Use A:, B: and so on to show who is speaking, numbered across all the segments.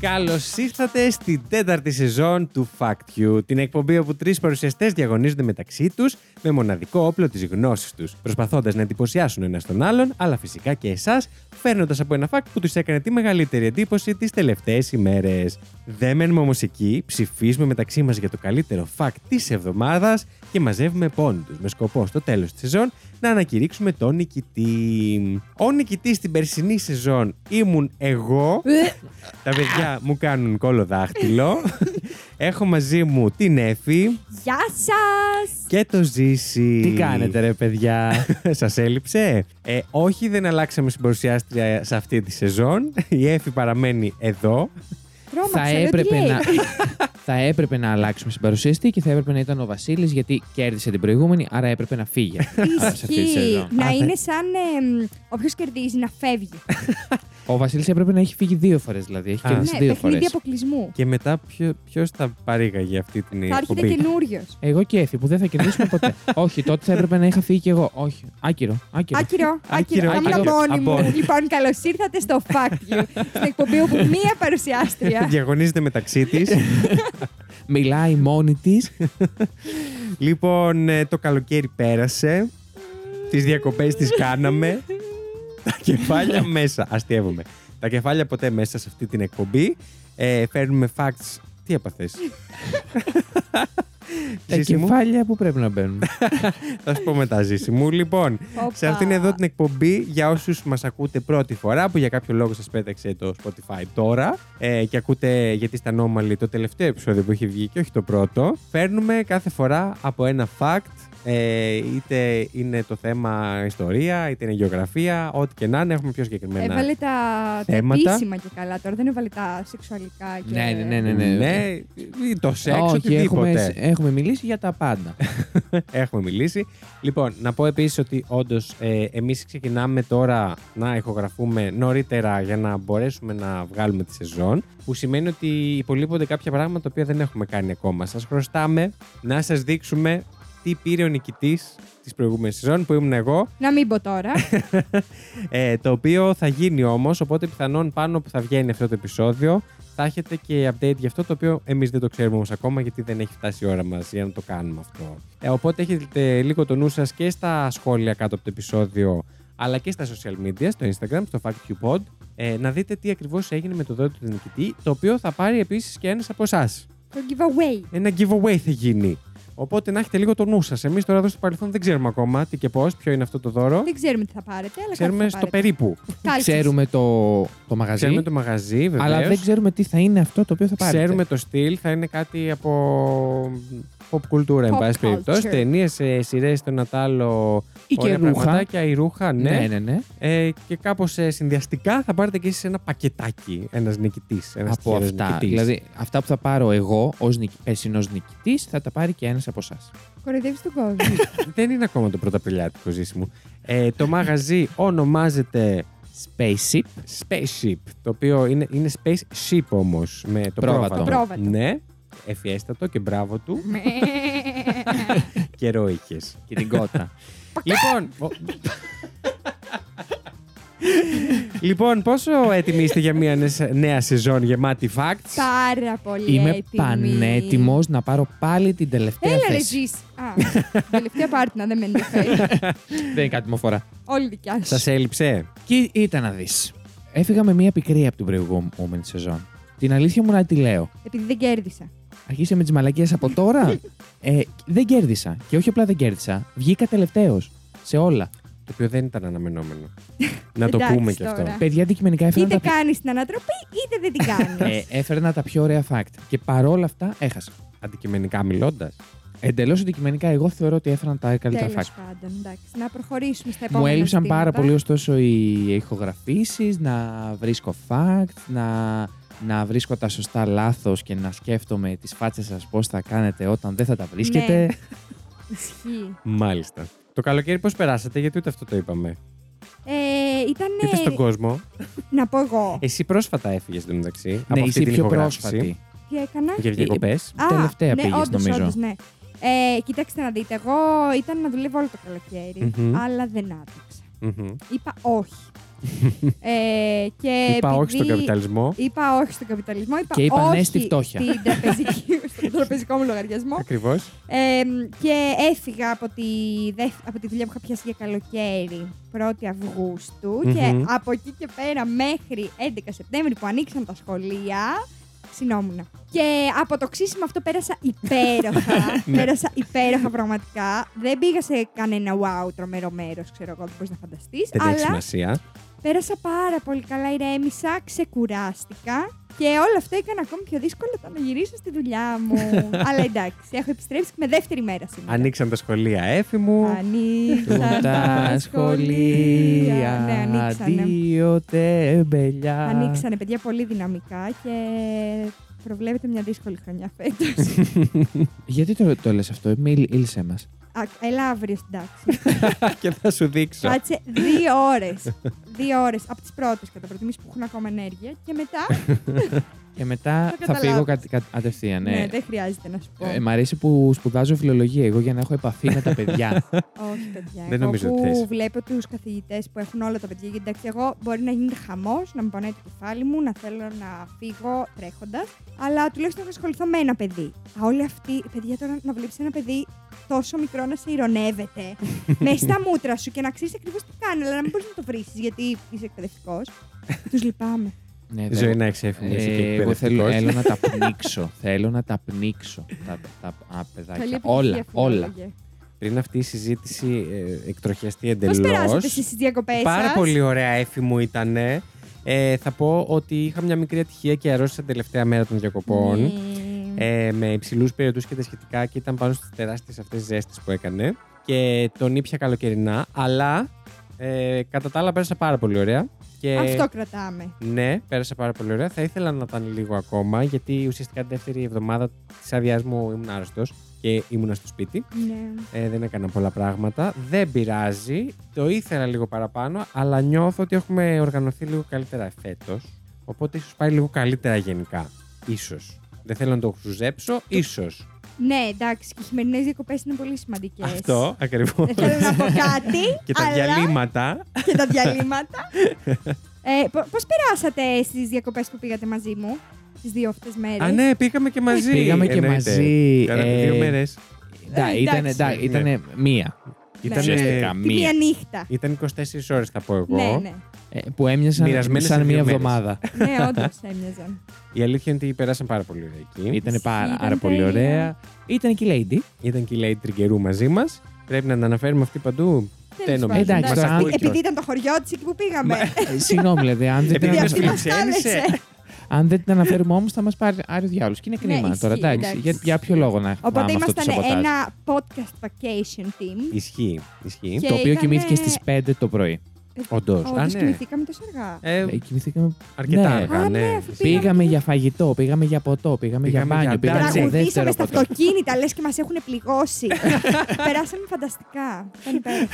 A: Καλώς ήρθατε στην τέταρτη σεζόν του Fact You, την εκπομπή όπου τρεις παρουσιαστές διαγωνίζονται μεταξύ τους με μοναδικό όπλο της γνώσης τους, προσπαθώντας να εντυπωσιάσουν ένας τον άλλον, αλλά φυσικά και εσάς, φέρνοντας από ένα fact που τους έκανε τη μεγαλύτερη εντύπωση τις τελευταίες ημέρες. Δεν μένουμε όμως εκεί, ψηφίζουμε μεταξύ μας για το καλύτερο fact της εβδομάδας και μαζεύουμε πόντους με σκοπό στο τέλος της σεζόν να ανακηρύξουμε τον νικητή. Ο νικητής στην περσινή σεζόν ήμουν εγώ. Τα παιδιά μου κάνουν κόλλο δάχτυλο. Έχω μαζί μου την Εφη
B: Γεια σας!
A: και το Ζήση.
C: Τι κάνετε ρε παιδιά.
A: Σας έλειψε. Ε, όχι, δεν αλλάξαμε στην παρουσιάστρια σε αυτή τη σεζόν. Η Εφη παραμένει εδώ.
B: Τρώμαξα,
C: θα,
B: λέω τι
C: έπρεπε
B: λέει.
C: να... θα έπρεπε να αλλάξουμε συμπαρουσιαστή και θα έπρεπε να ήταν ο Βασίλης γιατί κέρδισε την προηγούμενη, άρα έπρεπε να φύγει. σε αυτή τη
B: Ισχύει.
C: σεζόν.
B: Να
A: Α,
B: είναι σαν εμ, όποιος κερδίζει να φεύγει.
C: Ο Βασίλης έπρεπε να έχει φύγει δύο φορές δηλαδή. Έχει
A: Α.
C: κερδίσει
B: Ναι,
C: δύο
B: παιχνίδι
C: φορές.
B: αποκλεισμού.
A: Και μετά ποιο θα παρήγαγε αυτή την
B: Θα έρχεται
A: εκπομπή.
B: καινούριος.
C: Εγώ και Εφη που δεν θα κερδίσουμε ποτέ. Όχι, τότε θα έπρεπε να είχα φύγει κι εγώ. Όχι. Άκυρο. Άκυρο.
B: Άκυρο,
A: Άκυρο,
B: άκυρο. Θα ήμουν
C: άκυρο.
B: μόνη μου.
A: Απόν.
B: Λοιπόν, καλώς ήρθατε στο Fact You. Στην εκπομπή όπου μία παρουσιάστρια.
A: Διαγωνίζεται μεταξύ της.
C: Μιλάει μόνη της.
A: λοιπόν, ε, το καλοκαίρι πέρασε. Τις διακοπές τις κάναμε. Τα κεφάλια μέσα. Αστείευομαι. Τα κεφάλια ποτέ μέσα σε αυτή την εκπομπή. Ε, φέρνουμε facts. Τι έπαθες.
C: Τα κεφάλια που πρέπει να μπαίνουν.
A: Θα σου πω μετά, Ζήση μου. Λοιπόν,
B: Όπα.
A: σε αυτήν εδώ την εκπομπή, για όσους μας ακούτε πρώτη φορά, που για κάποιο λόγο σας πέταξε το Spotify τώρα ε, και ακούτε γιατί είστε ανώμαλοι το τελευταίο επεισόδιο που έχει βγει και όχι το πρώτο, φέρνουμε κάθε φορά από ένα fact. Ε, είτε είναι το θέμα ιστορία, είτε είναι γεωγραφία, ό,τι και να είναι, έχουμε πιο συγκεκριμένα.
B: Έβαλε τα, τα
A: Θέματα.
B: επίσημα και καλά τώρα, δεν έβαλε τα σεξουαλικά. Και...
C: Ναι, ναι, ναι, ναι.
A: ναι, ή το σεξ,
C: Όχι,
A: οτιδήποτε.
C: έχουμε, έχουμε μιλήσει για τα πάντα.
A: Έχουμε μιλήσει. Λοιπόν, να πω επίσης ότι όντως ε, εμείς ξεκινάμε τώρα να ηχογραφούμε νωρίτερα για να μπορέσουμε να βγάλουμε τη σεζόν. Που σημαίνει ότι υπολείπονται κάποια πράγματα τα οποία δεν έχουμε κάνει ακόμα. Σας χρωστάμε να σας δείξουμε τι πήρε ο νικητής της προηγούμενης σεζόν που ήμουν εγώ.
B: Να μην πω τώρα.
A: Ε, το οποίο θα γίνει όμως, οπότε πιθανόν πάνω που θα βγαίνει αυτό το επεισόδιο θα έχετε και update για αυτό το οποίο εμείς δεν το ξέρουμε όμως ακόμα γιατί δεν έχει φτάσει η ώρα μας για να το κάνουμε αυτό. Ε, οπότε έχετε λίγο το νου σας και στα σχόλια κάτω από το επεισόδιο αλλά και στα social media, στο Instagram, στο FactQPod, ε, να δείτε τι ακριβώς έγινε με το δώρο του νικητή, το οποίο θα πάρει επίσης και ένας από εσάς.
B: το giveaway.
A: Ένα giveaway θα γίνει. Οπότε να έχετε λίγο το νου σας. Εμείς τώρα εδώ στο παρελθόν δεν ξέρουμε ακόμα τι και πώς, ποιο είναι αυτό το δώρο.
B: Δεν ξέρουμε τι θα πάρετε, αλλά
A: Ξέρουμε
B: κάτι θα
A: στο
B: πάρετε.
A: περίπου.
B: Κάλτσες.
C: ξέρουμε το, το μαγαζί.
A: Ξέρουμε το μαγαζί, βεβαίω.
C: αλλά δεν ξέρουμε τι θα είναι αυτό το οποίο θα πάρει.
A: Ξέρουμε το στυλ, θα είναι κάτι από pop κουλτούρα, εν
B: Pop
A: πάση
B: culture.
A: περιπτώσει. ε, Ταινίε, σειρέ, το ένα τ' άλλο.
C: Ή και
A: ωραία
C: ρούχα.
A: πραγματάκια, ή ρούχα, ναι.
C: Ναι, ναι, ναι.
A: Ε, και κάπως συνδυαστικά θα πάρετε και εσείς ένα πακετάκι. Ένας νικητής.
C: από αυτά. Δηλαδή, αυτά που θα πάρω εγώ ως νικ... περσινός νικητής θα τα πάρει και ένας από εσάς.
B: Κοροϊδεύεις τον κόσμο.
A: Δεν είναι ακόμα το πρωταπριλιάτικο ζήσιμο. μου. Ε, το μαγαζί ονομάζεται
C: Spaceship.
A: Spaceship. Το οποίο είναι, είναι Spaceship όμως. Με το
C: Πρόβατο.
A: πρόβατο.
B: Πρόβατο. Ναι.
A: Ναι. Εφιέστατο και μπράβο του.
B: Με.
A: Καιρό είχες.
C: Και την κότα.
A: Λοιπόν. ο- λοιπόν, πόσο έτοιμοι είστε για μια νε- νέα σεζόν γεμάτη facts.
B: Πάρα πολύ
C: Είμαι
B: έτοιμη.
C: πανέτοιμος να πάρω πάλι την τελευταία
B: Έλα ρε
C: θέση.
B: ζεις. Α, Τελευταία πάρτινα δεν με ενδιαφέρει.
C: Δεν είναι κάτι μου αφορά.
B: Όλη δικιά σου.
A: Σας έλειψε.
C: Και ήταν να δεις. Έφυγα με μία πικρία από την προηγούμενη σεζόν. Την αλήθεια μου να τη λέω.
B: Επειδή δεν κέρδισα.
C: Αρχίσε με τις μαλακίες από τώρα. ε, δεν κέρδισα. Και όχι απλά δεν κέρδισα. Βγήκα τελευταίος. Σε όλα.
A: Το οποίο δεν ήταν αναμενόμενο. Να το
B: Εντάξει,
A: πούμε κι αυτό.
B: τώρα.
C: Παιδιά αντικειμενικά έφεραν
B: Είτε
C: τα,
B: κάνεις την ανατροπή, είτε δεν την
C: πιο-
B: κάνεις.
C: ε, έφερνα τα πιο ωραία fact. Και παρόλα αυτά έχασα.
A: Αντικειμενικά μιλώντας.
C: Εντελώς αντικειμενικά, εγώ θεωρώ ότι έφεραν τα καλύτερα
B: Τέλος
C: φάκελα.
B: πάντων, εντάξει. Να προχωρήσουμε στα επόμενα.
C: Μου έλειψαν
B: ζητήματα.
C: πάρα πολύ ωστόσο οι ηχογραφήσεις, να βρίσκω facts, να, να βρίσκω τα σωστά λάθος και να σκέφτομαι τις φάτσες σας πώς θα κάνετε όταν δεν θα τα
B: Ναι.
C: βρίσκετε. Ναι,
B: Ισχύει. Ναι.
A: Μάλιστα. Το καλοκαίρι πώς περάσατε, γιατί ούτε αυτό το είπαμε.
B: Ε, ήταν.
A: Είτε στον κόσμο.
B: να πω εγώ.
C: Ε,
A: Εσύ πρόσφατα έφυγες στο μεταξύ. από
C: Ναι,
A: αυτή
C: είσαι η
A: την
C: πιο
A: ηχογράφηση.
C: πρόσφατη.
B: Τι έκανα.
A: Για διακοπές.
B: Α,
C: τελευταία
B: ναι,
C: πήγες,
B: όντως,
C: νομίζω.
B: Όντως, ναι. Ε, κοιτάξτε να δείτε, εγώ ήταν να δουλεύω όλο το καλοκαιρι
A: Μμμ.
B: αλλά δεν άντεξα. Είπα όχι. ε, και
A: Είπα όχι στον
B: επειδή-
A: καπιταλισμό.
B: Είπα όχι στον καπιταλισμό. Είπα
C: Και είπα ναι
B: όχι
C: στη φτώχεια.
B: στην τραπεζική- στον τραπεζικό μου λογαριασμό.
A: Ακριβώς.
B: Ε, και έφυγα από τη, δε- από τη δουλειά που είχα πιάσει για καλοκαίρι 1η αυγουστου
A: Μμμ.
B: και από εκεί και πέρα μέχρι 11 Σεπτέμβρη που ανοίξαν τα σχολεία, ξυνόμουν. Και από το ξύσιμο αυτό πέρασα υπέροχα.
C: Ναι.
B: πέρασα υπέροχα πραγματικά. Δεν πήγα σε κανένα wow τρομερό μέρος, ξέρω εγώ, δεν μπορείς να φανταστείς.
A: Δεν έχει
B: Αλλά
A: σημασία.
B: πέρασα πάρα πολύ καλά, ηρέμησα, ξεκουράστηκα. Και όλο αυτό έκανε ακόμη πιο δύσκολο το να γυρίσω στη δουλειά μου. Αλλά εντάξει, έχω επιστρέψει και με δεύτερη μέρα σήμερα.
A: Ανοίξαν τα σχολεία έφη μου.
B: Ανοίξαν
C: Τα σχολεία.
B: Ναι, ανοίξανε.
C: Δύο τεμπελιά.
B: Ανοίξανε, παιδιά, πολύ δυναμικά και προβλέπετε μια δύσκολη χρονιά φέτος.
C: Γιατί το, το λες αυτό, μίλ- μίλησέ μας.
B: Α, Έλα αύριο στην τάξη.
A: και θα σου δείξω.
B: Κάτσε δύο ώρες. Δύο ώρες από τις πρώτες κατά προτιμήσεις που έχουν ακόμα ενέργεια και μετά.
C: Και μετά
B: Το
C: θα φύγω
B: καταλάβεις.
C: κα- κα- κατευθείαν. ναι.
B: Ναι, δεν χρειάζεται να σου πω.
C: Ε, μ' αρέσει που σπουδάζω φιλολογία εγώ για να έχω επαφή με τα παιδιά.
B: Όχι, παιδιά.
A: Δεν
B: εγώ
A: νομίζω ότι
B: που
A: θες.
B: βλέπω τους καθηγητές που έχουν όλα τα παιδιά. Γιατί εντάξει, εγώ μπορεί να γίνεται χαμός, να μου πονάει το κεφάλι μου, να θέλω να φύγω τρέχοντας. Αλλά τουλάχιστον έχω ασχοληθώ με ένα παιδί. Α, όλοι αυτοί, παιδιά, τώρα να βλέπεις ένα παιδί τόσο μικρό να σε ηρωνεύεται μέσα στα μούτρα σου και να ξέρεις ακριβώς τι κάνει, αλλά να μην μπορείς να το βρεις γιατί είσαι εκπαιδευτικός. τους λυπάμαι.
C: ναι,
A: Η
C: δεν-
A: ζωή να έχει έφυγε.
C: Ε, εγώ θέλω, θέλω να τα πνίξω. θέλω να τα πνίξω. τα, τα, α, παιδάκια.
B: Καλή επιτυχία,
C: όλα, όλα.
B: φιλόλογε.
A: Πριν αυτή η συζήτηση ε, εκτροχιαστεί
B: Πώς
A: εντελώς.
B: περάσατε εσείς τις διακοπές
A: Πάρα
B: σας?
A: πολύ ωραία έφη μου ήταν. Ε, θα πω ότι είχα μια μικρή ατυχία και αρρώστησα την τελευταία μέρα των διακοπών.
B: Ναι.
A: ε, με υψηλούς περιοδού και τα σχετικά και ήταν πάνω στις τεράστιες αυτές ζέστες που έκανε. Και τον ήπια καλοκαιρινά, αλλά ε, κατά τα άλλα πέρασα πάρα πολύ ωραία. Και
B: Αυτό κρατάμε.
A: Ναι, πέρασα πάρα πολύ ωραία. Θα ήθελα να ήταν λίγο ακόμα, γιατί ουσιαστικά την δεύτερη εβδομάδα της άδειά μου ήμουν άρρωστος και ήμουνα στο σπίτι.
B: Ναι.
A: Ε, δεν έκανα πολλά πράγματα. Δεν πειράζει. Το ήθελα λίγο παραπάνω, αλλά νιώθω ότι έχουμε οργανωθεί λίγο καλύτερα φέτος. Οπότε ίσως πάει λίγο καλύτερα γενικά. Ίσως. Δεν θέλω να το χρουζέψω, ίσως.
B: Ναι, εντάξει, και οι χειμερινέ διακοπές είναι πολύ σημαντικές.
A: Αυτό ακριβώς.
B: Δεν θέλω να πω κάτι.
A: Και τα
B: αλλά-
A: διαλύματα.
B: Και τα διαλύματα. ε, Πώς περάσατε στις διακοπές που πήγατε μαζί μου, τις δύο αυτές μέρες.
A: Α, ναι, πήγαμε και μαζί.
C: Πήγαμε και
A: Εννοείται.
C: μαζί.
A: Κάναμε
C: ε,
A: δύο μέρε.
C: ντά,
B: Ε,
C: ήταν,
B: εντάξει.
C: ντά, ήτανε μία.
A: Ναι. Ήτανε-
C: Ουσιαστικά
B: Τη μία
C: μία.
B: νύχτα.
A: Ήταν 24 ώρες, θα πω εγώ.
B: Ναι, ναι.
C: Ε, που έμοιασαν
A: Μοιρασμένες σε
C: σαν
A: δύο
C: μία
A: μέρες.
C: εβδομάδα.
B: ναι, όντως έμοιαζαν.
A: Η αλήθεια είναι ότι πέρασαν πάρα πολύ ωραία εκεί.
C: Ήταν πάρα
B: Ήταν
C: πολύ
B: τέλεια.
C: ωραία. Ήταν και η Lady.
A: Ήταν και η Lady Τριγκερού μαζί μας. Πρέπει να τα αναφέρουμε αυτή παντού. Δεν
B: Τέλος πάντων,
A: νομίζω.
C: Εντάξει,
A: Μας
C: τώρα,
A: ακούει
C: αν-
A: κιόλας.
B: Επειδή ήταν το χωριό της εκεί που πήγαμε.
C: Ε, Συγγνώμη, δηλαδή, αν δεν, την
A: Επειδή
B: Επειδή αυτή
A: μας
C: αναφέρουμε,
B: μας
A: φιλοξένησε.
B: κάλεσε.
C: αν δεν την αναφέρουμε όμως, θα μας πάρει άλλο διάλογο. Και είναι
B: Ναι,
C: κρίμα τώρα,
B: ισχύει,
C: εντάξει.
B: εντάξει.
C: Για, για ποιο λόγο να έχουμε
B: Οπότε
C: αυτό το
B: ήμασταν
C: σαμποτάζ.
B: ένα podcast vacation team.
A: Ισχύει. Ισχύει.
B: Και
C: Το οποίο
B: ήτανε-
C: κοιμήθηκε στις 5 το πρωί.
A: Όντως.
B: Όντω κοιμηθήκαμε τόσο αργά.
A: ναι. Ε,
C: Ε, Κοιμηθήκαμε
A: αρκετά
C: ναι.
A: αργά,
B: Α, ναι,
A: ναι.
B: αφού πήγαμε-
C: Πήγαμε για φαγητό, πήγαμε για ποτό, πήγαμε για
A: Πήγαμε για
C: μπάνιο, πήγαμε
A: ντάτζι.
C: για
B: Τραγουδήσαμε
C: δεύτερο
B: στα
C: ποτό.
B: αυτοκίνητα, λες και μας έχουν πληγώσει. Περάσαμε φανταστικά. Ήταν υπέροχο.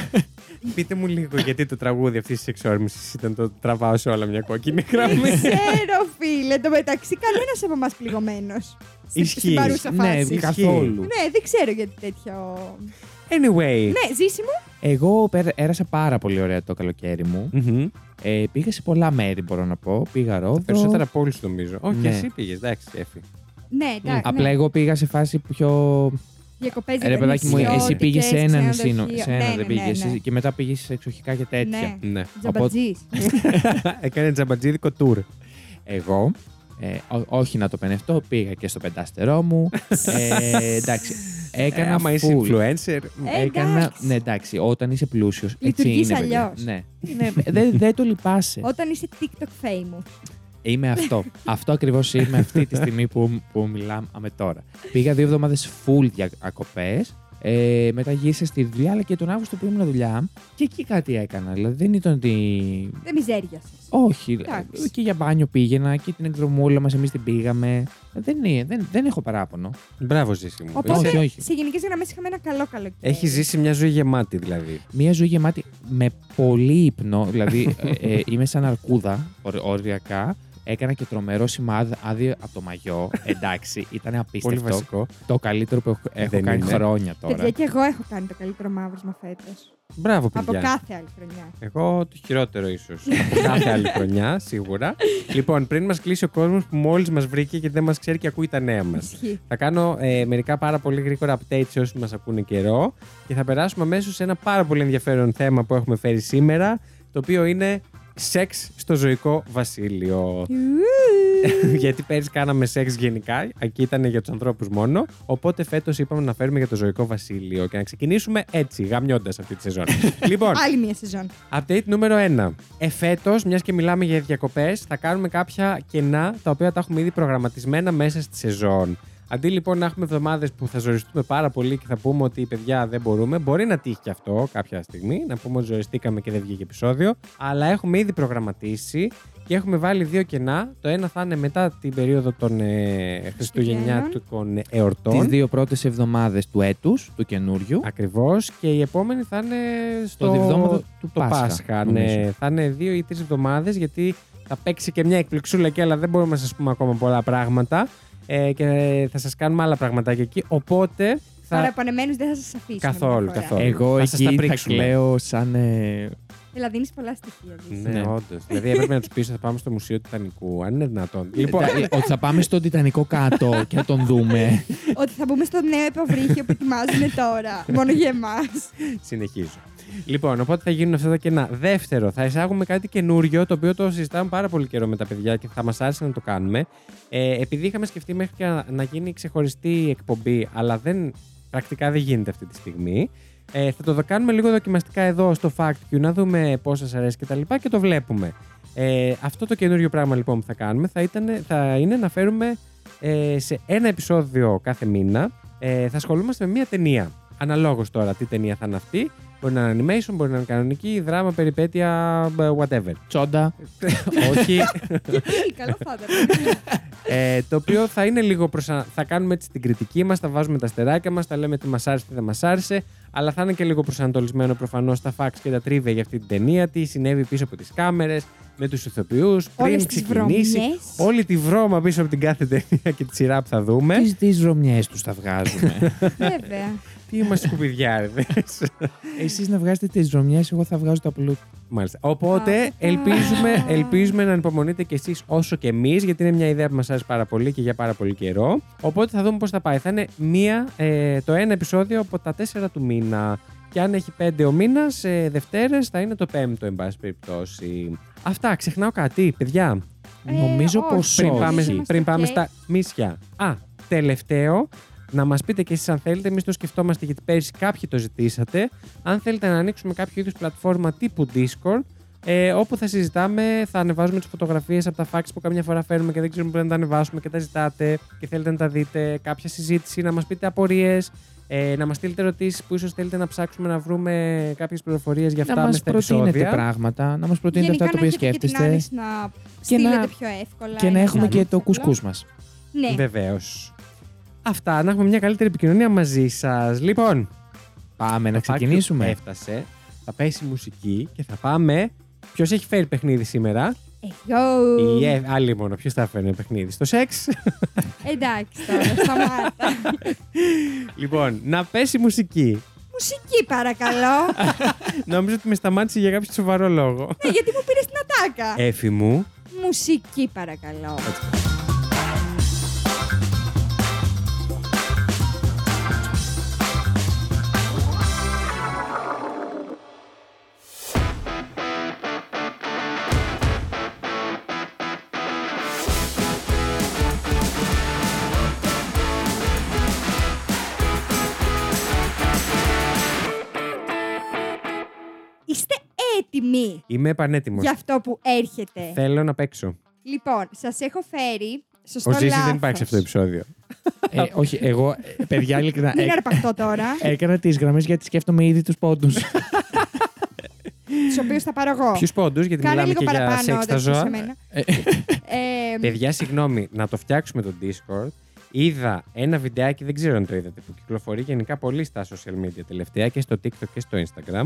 A: Πείτε μου λίγο γιατί το τραγούδι αυτής της εξόρμησης ήταν το τραβάω σε όλα μια κόκκινη
B: Δεν
A: γραμμή.
B: ξέρω, φίλε. Εν τω μεταξύ, κανένας από εμά πληγωμένο.
A: Ισχύει.
B: Στην παρούσα
C: Ναι,
B: φάση.
C: καθόλου.
B: Ναι, δεν ξέρω γιατί τέτοιο.
A: Anyway.
B: Ναι, ζήσιμο.
C: Εγώ πέρα- έρασα πάρα πολύ ωραία το καλοκαίρι μου.
B: Ναι.
A: Μμμ.
C: Ε, πήγα σε πολλά μέρη, μπορώ να πω. Πήγα Ρόδο.
A: Περισσότερα από όλους νομίζω. Όχι,
C: Ναι.
A: εσύ πήγες, εντάξει, έφη.
B: Ναι, εντάξει.
C: Απλά εγώ πήγα σε φάση που πιο.
B: Διακοπές
C: Ρε παιδάκι μου,
A: νησιώτικες,
C: εσύ πήγες σε ένα νησί, νο- σε ένα
B: ναι,
C: δεν πήγες.
B: Ναι, ναι.
C: Και μετά πήγες σε εξοχικά και τέτοια.
B: ναι.
A: Ναι.
B: Τζαμπατζής.
A: Έκανε τζαμπατζίδικο τουρ.
C: Εγώ, ε, ό- όχι να το πενευτώ, πήγα και στο πεντάστερό μου. ε, εντάξει. Έκανα
A: Ε, άμα είσαι
C: full.
A: influencer.
B: Ε,
C: Έκανα.
B: εντάξει.
C: Ναι, εντάξει, όταν είσαι πλούσιος.
B: Λειτουργείς
C: είναι, παιδιά.
B: αλλιώς.
C: Ναι. ναι δεν δεν το λυπάσαι.
B: Όταν είσαι TikTok famous.
C: Είμαι αυτό. αυτό ακριβώς είμαι αυτή τη στιγμή που, που μιλάμε τώρα. Πήγα δύο εβδομάδες full διακοπέ. Ε, μετά γύρισα στη δουλειά, αλλά και τον Αύγουστο που ήμουν δουλειά. Και εκεί κάτι έκανα. Δηλαδή δεν ήταν ότι.
B: Δεν μιζέριασες.
C: Όχι.
B: Εντάξει.
C: Και για μπάνιο πήγαινα και την εκδρομούλα μας εμείς την πήγαμε. Δεν, είναι- δεν, δεν έχω παράπονο.
A: Μπράβο, ζήση μου.
B: Ε, Οπότε,
C: Όχι, όχι.
B: σε γενικές γραμμές είχαμε ένα καλό καλοκαίρι.
A: Έχει ζήσει μια ζωή γεμάτη, δηλαδή.
C: Μία ζωή γεμάτη με πολύ ύπνο. Δηλαδή ε, ε, είμαι σαν αρκούδα ορ- οριακά. Έκανα και τρομερό σημάδι άδειο από το μαγιό. Εντάξει, ήταν
A: Πολύ
C: απίστευτο.
A: βασικό.
C: το καλύτερο που έχω, έχω
A: Δεν
C: κάνει
A: είναι.
C: χρόνια τώρα.
B: Παιδιά, και εγώ έχω κάνει το καλύτερο μαύρισμα φέτος.
A: Μπράβο,
B: Από
A: παιδιά.
B: κάθε άλλη χρονιά.
A: Εγώ το χειρότερο, ίσως. Κάθε άλλη χρονιά, σίγουρα. λοιπόν, πριν μας κλείσει ο κόσμος που μόλις μας βρήκε και δεν μας ξέρει και ακούει τα νέα μας.
B: Ισχύει.
A: Θα κάνω ε, μερικά πάρα πολύ γρήγορα updates σε όσοι μας ακούνε καιρό και θα περάσουμε αμέσως σε ένα πάρα πολύ ενδιαφέρον θέμα που έχουμε φέρει σήμερα, το οποίο είναι σεξ στο ζωικό βασίλειο.
C: Λοιπόν.
A: Γιατί πέρυσι κάναμε σεξ γενικά, εκεί ήταν για τους ανθρώπους μόνο. Οπότε φέτος είπαμε να φέρουμε για το ζωικό βασίλειο και να ξεκινήσουμε έτσι, γαμιώντας αυτή τη σεζόν. λοιπόν,
B: Άλλη μία σεζόν.
A: Update νούμερο 1. Εφέτο, μιας και μιλάμε για διακοπές, θα κάνουμε κάποια κενά τα οποία τα έχουμε ήδη προγραμματισμένα μέσα στη σεζόν. Αντί λοιπόν να έχουμε εβδομάδες που θα ζοριστούμε πάρα πολύ και θα πούμε ότι παιδιά δεν μπορούμε, μπορεί να τύχει και αυτό κάποια στιγμή, να πούμε ότι ζοριστήκαμε και δεν βγήκε επεισόδιο, αλλά έχουμε ήδη προγραμματίσει και έχουμε βάλει δύο κενά. Το ένα θα είναι μετά την περίοδο των ε, Χριστουγεννιάτικων εορτών.
C: Τις δύο πρώτες εβδομάδες του έτους, του καινούριου.
A: Ακριβώς. Και η επόμενη θα είναι στο
C: Το διβδόματο του
A: το
C: Πάσχα,
A: Πάσχα.
C: νομίζω.
A: ναι. Θα είναι δύο ή τρεις εβδομάδες γιατί θα παίξει και μια εκπληξούλα και αλλά δεν μπορούμε να σας πούμε ακόμα πολλά πράγματα. Ε, και θα σας κάνουμε άλλα πραγματάκια εκεί. Οπότε θα.
B: Παραπονεμένου δεν θα σας αφήσω.
A: Καθόλου, καθόλου.
C: Εγώ
A: Θα σας τα
C: εκεί θα
A: πρίξουμε.
C: κλαίω σαν. ε,
B: Δηλαδή είναι πολλά στοιχεία. δεις.
A: Ναι,
C: Ναι.
A: όντως. δηλαδή έπρεπε να τους πείσω θα πάμε στο Μουσείο Τιτανικού, αν είναι δυνατόν.
C: Ε,
A: λοιπόν,
C: τα- ότι θα πάμε στον Τιτανικό κάτω και θα τον δούμε.
B: Ότι θα μπούμε στο νέο υποβρύχιο που ετοιμάζουν τώρα. Μόνο για εμάς.
A: συνεχίζω. Λοιπόν, οπότε θα γίνουν αυτά τα κενά. Δεύτερο, θα εισάγουμε κάτι καινούριο, το οποίο το συζητάμε πάρα πολύ καιρό με τα παιδιά και θα μας άρεσε να το κάνουμε. Ε, επειδή είχαμε σκεφτεί μέχρι και να, να γίνει ξεχωριστή εκπομπή, αλλά δεν, πρακτικά δεν γίνεται αυτή τη στιγμή. Ε, θα το δο- κάνουμε λίγο δοκιμαστικά εδώ στο Fact Q, να δούμε πώς σας αρέσει και τα λοιπά και το βλέπουμε. Ε, αυτό το καινούριο πράγμα λοιπόν που θα κάνουμε θα, ήταν, θα είναι να φέρουμε ε, σε ένα επεισόδιο κάθε μήνα ε, θα ασχολούμαστε με μία ταινία. Αναλόγως τώρα τι ταινία θα είναι αυτή. Μπορεί να είναι animation, μπορεί να είναι κανονική, δράμα, περιπέτεια, ε, whatever.
C: Τσόντα.
A: Όχι.
B: Και τι, καλό θα ήταν.
A: Ε, το οποίο θα είναι λίγο προσα... Θα κάνουμε έτσι την κριτική μας, θα βάζουμε τα στεράκια μας, θα λέμε τι μας άρεσε, τι δεν μας άρεσε, αλλά θα είναι και λίγο προσανατολισμένο προφανώς στα facts και τα τρίβια για αυτή την ταινία, τι συνέβη πίσω από τις κάμερες, με τους ηθοποιούς,
B: Όλε
A: πριν
B: τις
A: ξεκινήσει.
B: βρωμιές.
A: Όλη τη βρώμα πίσω από την κάθε ταινία και τη σειρά που θα δούμε.
C: Τις τις ζωμιές τους θα βγάζουμε.
B: Βέβαια.
A: Τι είμαστε σκουπιδιάρδες.
C: Εσείς να βγάζετε τις ζωμιές, εγώ θα βγάζω το απλού.
A: Μάλιστα. Οπότε
B: Α,
A: ελπίζουμε,
B: α.
A: ελπίζουμε να ανυπομονείτε κι εσείς όσο και εμείς, γιατί είναι μια ιδέα που μας άρεσε πάρα πολύ και για πάρα πολύ καιρό. Οπότε θα δούμε πώς θα πάει. Θα είναι μία, ε, το ένα επεισόδιο από τα τέσσερα του μήνα. Και αν έχει πέντε ο μήνας, ε, Δευτέρες θα είναι το πέμπτο, εν πάση περιπτώσει. Αυτά, ξεχνάω κάτι, παιδιά.
B: Ε,
C: Νομίζω
B: όχι.
C: πως
A: Πριν
C: όχι.
A: πάμε,
B: Είμαστε
A: πριν
B: οκ.
A: πάμε στα μίσια. Α, τελευταίο. Να μας πείτε και εσείς αν θέλετε, εμείς το σκεφτόμαστε γιατί πέρυσι κάποιοι το ζητήσατε. Αν θέλετε να ανοίξουμε κάποιο είδους πλατφόρμα τύπου Discord, ε, όπου θα συζητάμε, θα ανεβάζουμε τις φωτογραφίες από τα φάξ που καμιά φορά φέρνουμε και δεν ξέρουμε πού να τα ανεβάσουμε και τα ζητάτε και θέλετε να τα δείτε. Κάποια συζήτηση, να μας πείτε απορίες, ε, να μας στείλετε ερωτήσεις που ίσως θέλετε να ψάξουμε να βρούμε κάποιες πληροφορίες για αυτά
C: Να μας
A: μες τα
C: προτείνετε
A: επεισόδια.
C: πράγματα, να μας προτείνετε αυτά τα οποία
B: έχετε και την
C: σκέφτεστε
B: άνεση να
C: Και να-
B: στείλετε πιο εύκολα.
C: και να
B: ένα
C: έχουμε και
B: άλλο
C: το
B: εύκολο.
C: κουσκούς μας.
B: Ναι.
A: Βεβαίως. Αυτά, να έχουμε μια καλύτερη επικοινωνία μαζί σας. Λοιπόν,
C: Πάμε να
A: το φάκι
C: ξεκινήσουμε.
A: Έφτασε. Θα πέσει η μουσική και θα πάμε. Ποιος έχει φέρει παιχνίδι σήμερα,
B: Ε, Εγώ.
A: Η Εύη- άλλη μόνο. Ποιος θα φέρνει παιχνίδι, στο σεξ.
B: Εντάξει τώρα, σταμάτα.
A: λοιπόν, να πέσει η μουσική.
B: Μουσική παρακαλώ.
A: Νόμιζα ότι με σταμάτησε για κάποιο σοβαρό λόγο.
B: ναι, γιατί μου πήρες την ατάκα.
A: Έφη μου,
B: Μουσική παρακαλώ. Είστε έτοιμοι
A: είμαι πανέτοιμος.
B: για αυτό που έρχεται.
A: Θέλω να παίξω.
B: Λοιπόν, σας έχω φέρει. Σωστό
A: Ο Ζήσης
B: λάθος.
A: δεν υπάρχει σε αυτό το επεισόδιο.
C: ε, όχι, εγώ, ε, παιδιά, ειλικρινά.
B: Μην
C: έκ-
B: είναι αρπακτό τώρα,
A: ε,
C: έκανα τις γραμμές γιατί σκέφτομαι ήδη τους πόντους.
B: τους οποίους θα πάρω εγώ.
A: Ποιους πόντους, γιατί
B: Κάνε
A: ε, μιλάμε
B: λίγο
A: και για
B: παραπάνω,
A: σεξ
B: δεν
A: τα
B: ξέρω σε
A: ζώα.
B: μένα. Ε,
A: Mm. Παιδιά, συγγνώμη, να το φτιάξουμε το Discord. Είδα ένα βιντεάκι, δεν ξέρω αν το είδατε, που κυκλοφορεί γενικά πολύ στα social media τελευταία και στο TikTok και στο Instagram.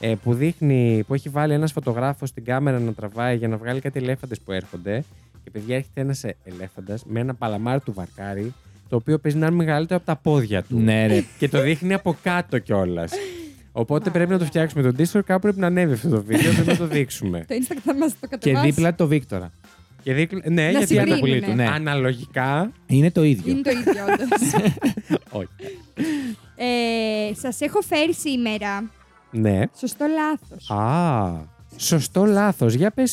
A: ε, Που δείχνει, που έχει βάλει ένας φωτογράφος στην κάμερα να τραβάει για να βγάλει κάτι ελέφαντες που έρχονται. Και παιδιά, έρχεται ένας ελέφαντας με ένα παλαμάρι του βαρκάρι, το οποίο παίζει να είναι μεγαλύτερο από τα πόδια του.
C: ναι, ρε.
A: Και το δείχνει από κάτω κιόλας. Οπότε
B: Μάλιστα.
A: πρέπει να το φτιάξουμε το Discord, κάπου πρέπει να ανέβει αυτό το βίντεο, πρέπει να το δείξουμε.
B: Το Instagram θα μας το
C: Και
B: κατεβάσει.
C: δίπλα το Βίκτορα.
A: Και δείχνει- ναι,
B: Να
A: γιατί
B: συγκρίνουμε.
A: αναπολύτου.
C: Ναι.
A: Αναλογικά,
C: Είναι το ίδιο.
B: Είναι το ίδιο, όντως.
A: όχι.
B: Ε, Σας έχω φέρει σήμερα.
A: Ναι.
B: Σωστό λάθος.
A: Α, σωστό λάθος. Για ε, πε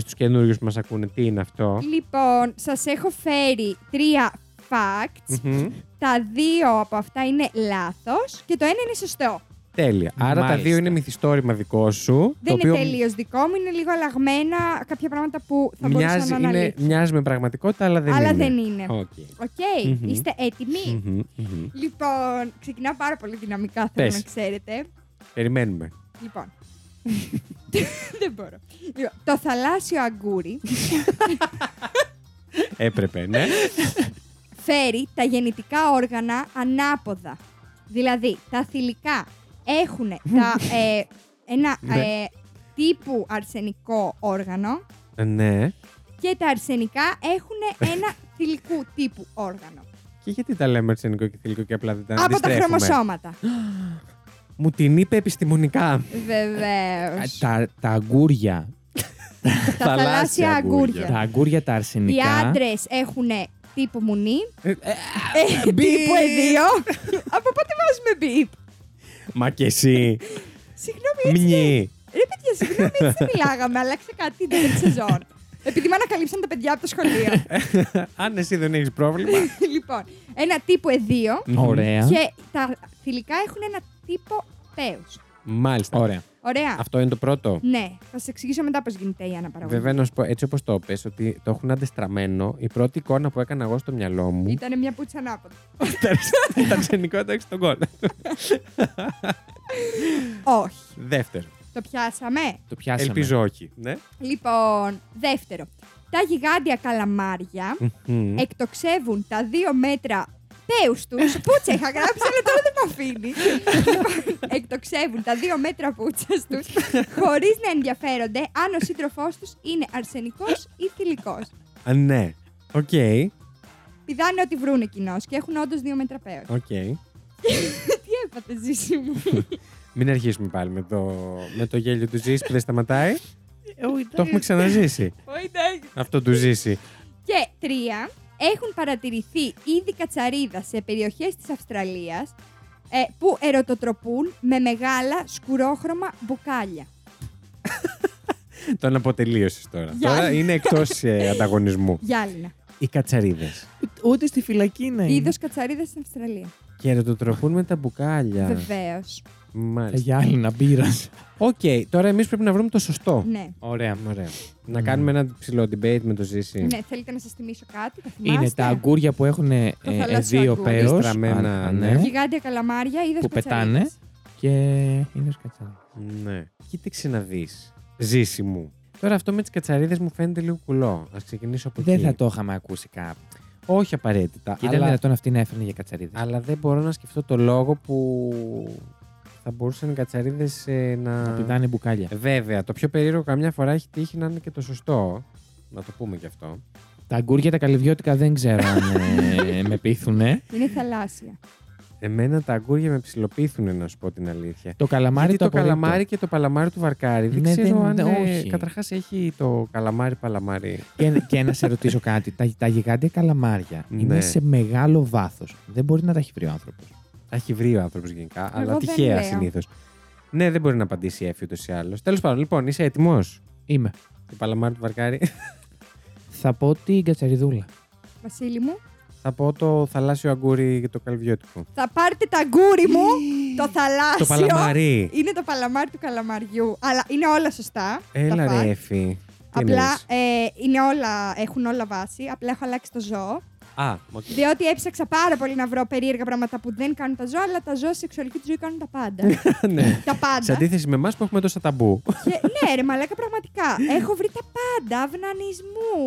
A: στους καινούριους που μας ακούνε, τι είναι αυτό.
B: Λοιπόν, σας έχω φέρει τρία facts.
A: Μμμ.
B: Τα δύο από αυτά είναι λάθος και το ένα είναι σωστό.
A: Τέλεια. Άρα τα
C: Μάλιστα.
A: δύο είναι μυθιστόρημα δικό σου.
B: Δεν
A: το
B: είναι
A: οποίο
B: τελείως δικό μου, είναι λίγο αλλαγμένα κάποια πράγματα που θα μπορούσα
A: μοιάζει,
B: να
A: είναι,
B: αναλύσω.
A: μοιάζει με πραγματικότητα, αλλά δεν
B: Αλλά
A: είναι.
B: δεν είναι. Οκ,
A: Οκ. Μμμ.
B: είστε έτοιμοι.
A: Μμμ, μμμ.
B: Λοιπόν, ξεκινάω πάρα πολύ δυναμικά, θέλω
A: Πες.
B: να ξέρετε.
A: Περιμένουμε.
B: Λοιπόν. Δεν μπορώ. Λοιπόν, το θαλάσσιο αγκούρι
A: Έπρεπε, ναι.
B: φέρει τα γεννητικά όργανα ανάποδα. Δηλαδή, τα θηλυκά έχουν τα, ε, ένα
A: Ναι.
B: ε, τύπου αρσενικό όργανο
A: ναι.
B: και τα αρσενικά έχουν ένα θηλυκού τύπου όργανο.
A: Και γιατί τα λέμε αρσενικό και θηλυκό και απλά δεν τα
B: από τα
A: αντιστρέφουμε?
B: χρωμοσώματα.
A: Μου την είπε επιστημονικά.
B: Βεβαίως.
C: Α, Τα, τα αγκούρια.
B: τα θαλάσσια
A: αγκούρια.
C: τα
B: αγκούρια.
C: αγκούρια τα
B: Οι
C: αρσενικά.
B: άντρες έχουν τύπου μουνί,
A: Ε, ε,
B: ε, τύπου εδίο. από πότε βάζουμε μπιπ.
A: Μα και εσύ.
B: Συγγνώμη, έτσι
A: Μνη.
B: Ρε παιδιά, συγγνώμη, έτσι δεν μιλάγαμε. Αλλάξε κάτι την τέταρτη σεζόν. Επειδή με ανακαλύψαν τα παιδιά από το σχολείο.
A: Αν εσύ δεν έχεις πρόβλημα.
B: λοιπόν, ένα τύπο εδίο
C: Ωραία.
B: και τα θηλυκά έχουν ένα τύπο πέους.
A: Μάλιστα.
C: Ωραία.
B: Ωραία.
A: Αυτό είναι το πρώτο.
B: Ναι, θα σα εξηγήσω μετά πώς γίνεται η αναπαραγωγή.
A: Βέβαια, να σου πω, έτσι όπως το είπες, ότι το έχουν αντεστραμμένο, η πρώτη εικόνα που έκανα εγώ στο μυαλό μου.
B: Ήταν μια πουτσα ανάποδα.
A: Ήταν ξενικό εντάξει στον κόλλο.
B: Όχι.
A: Δεύτερο.
B: Το πιάσαμε.
C: Το πιάσαμε.
A: Ελπίζω όχι. Ναι.
B: Λοιπόν, δεύτερο. Τα γιγάντια καλαμάρια
A: Μμμ.
B: εκτοξεύουν τα δύο μέτρα πέους τους, πούτσα είχα γράψει, αλλά τώρα δεν με αφήνει. Λοιπόν, εκτοξεύουν τα δύο μέτρα πούτσας τους, χωρίς να ενδιαφέρονται αν ο σύντροφός τους είναι αρσενικός ή θηλυκός.
A: Α, Ναι. Οκ.
B: Πηδάνε ό,τι βρούνε κοινώ και έχουν όντως δύο μέτρα πέους.
A: Οκ.
B: Τι έπατε, ζήση μου.
A: Μην αρχίσουμε πάλι με το, με το γέλιο του Ζήση που δεν σταματάει.
C: Ε, ο-
A: το έχουμε ξαναζήσει.
B: Ω, εντάξει.
A: Αυτό του Ζήση.
B: και τρία, έχουν παρατηρηθεί είδη κατσαρίδα σε περιοχές της Αυστραλίας ε, που ερωτοτροπούν με μεγάλα σκουρόχρωμα μπουκάλια.
A: Τον αποτελείωσες τώρα.
B: Γεια.
A: Τώρα είναι εκτός ανταγωνισμού.
B: Γυάλινα.
A: Οι κατσαρίδες.
C: Ούτε στη φυλακή να
B: Είδος κατσαρίδας στην Αυστραλία.
A: Και ερωτοτροπούν με τα
C: Ε,
A: μπουκάλια.
B: Βεβαίως.
A: Μάλιστα.
C: Γυάλινα μπύρα.
A: Οκ, τώρα εμείς πρέπει να βρούμε το σωστό.
B: Ναι.
C: Ωραία.
A: Ωραία. Να κάνουμε ένα ψηλό debate με το Ζήση.
B: ναι. Θέλετε να σας θυμίσω κάτι, θα θυμάστε.
C: Ε. Είναι τα αγκούρια που έχουν ε,
B: Το θαλάσσιο
C: δύο
B: αγκούρι.
C: πέος.
A: Στραμμένα,
C: Α,
A: ναι.
B: Γιγάντια καλαμάρια, είδο
C: ε? Που πετάνε. Και είναι σκατσά.
A: Ναι. Κοίταξε να δεις. Ζήση μου. Τώρα αυτό με τις κατσαρίδες μου φαίνεται λίγο κουλό. Ας ξεκινήσω από
C: Δεν
A: εκεί.
C: θα το είχαμε ακούσει κάπου.
A: Όχι απαραίτητα.
C: Και ήταν
A: Αλλά,
C: δυνατόν αυτή να έφερνε για κατσαρίδες.
A: αλλά δεν μπορώ να σκεφτώ το λόγο που θα μπορούσαν οι κατσαρίδες να.
C: Να πηδάνε μπουκάλια.
A: Βέβαια, το πιο περίεργο καμιά φορά έχει τύχει να είναι και το σωστό. Να το πούμε κι αυτό.
C: Τα αγκούρια τα καλυβιώτικα δεν ξέρω αν ε, με πείθουνε.
B: Είναι θαλάσσια.
A: Εμένα τα αγκούρια με ψηλοποιηθούν, να σου πω την αλήθεια.
C: Το καλαμάρι
A: Γιατί το,
C: απορρίπτω.
A: καλαμάρι και το παλαμάρι του βαρκάρι. Δεν
C: Ναι,
A: ξέρω
C: δεν-
A: αν.
C: δεν-
A: ε,
C: όχι.
A: Καταρχάς έχει το καλαμάρι παλαμάρι.
C: Και, και να σε ρωτήσω κάτι. Τα, τα γιγάντια καλαμάρια
A: Ναι.
C: είναι σε μεγάλο βάθος. Δεν μπορεί να τα έχει βρει ο άνθρωπος.
A: Τα έχει βρει ο άνθρωπος γενικά, αλλά
B: δεν
A: τυχαία
B: λέω.
A: συνήθως. Ναι, δεν μπορεί να απαντήσει η Εφη ούτω ή άλλω. Τέλος πάντων, λοιπόν, είσαι έτοιμος.
C: Είμαι.
A: Το παλαμάρι του βαρκάρι.
C: Θα πω την κατσαριδούλα.
B: Βασίλη μου,
A: Θα πω το θαλάσσιο αγκούρι και το καλβιώτικο.
B: θα πάρετε τα γκούρι μου, το θαλάσσιο.
A: Το παλαμάρι.
B: Είναι το παλαμάρι του καλαμαριού. Αλλά είναι όλα σωστά. τα
A: Έλα
B: facts.
A: ρε Εφη. Τι
B: Απλά
A: εννοείς?
B: ε, είναι όλα, έχουν όλα βάση. Απλά έχω αλλάξει το ζώο.
A: Α, οκ.
B: Διότι έψαξα πάρα πολύ να βρω περίεργα πράγματα που δεν κάνουν τα ζώα, αλλά τα ζώα στη σεξουαλική τους ζωή κάνουν τα πάντα.
A: ναι.
B: τα
A: Σε
B: πάντα.
A: αντίθεση με εμάς που έχουμε τόσα ταμπού.
B: Και, ναι, ρε μαλάκα, πραγματικά. Έχω βρει τα πάντα. Αυνανισμούς,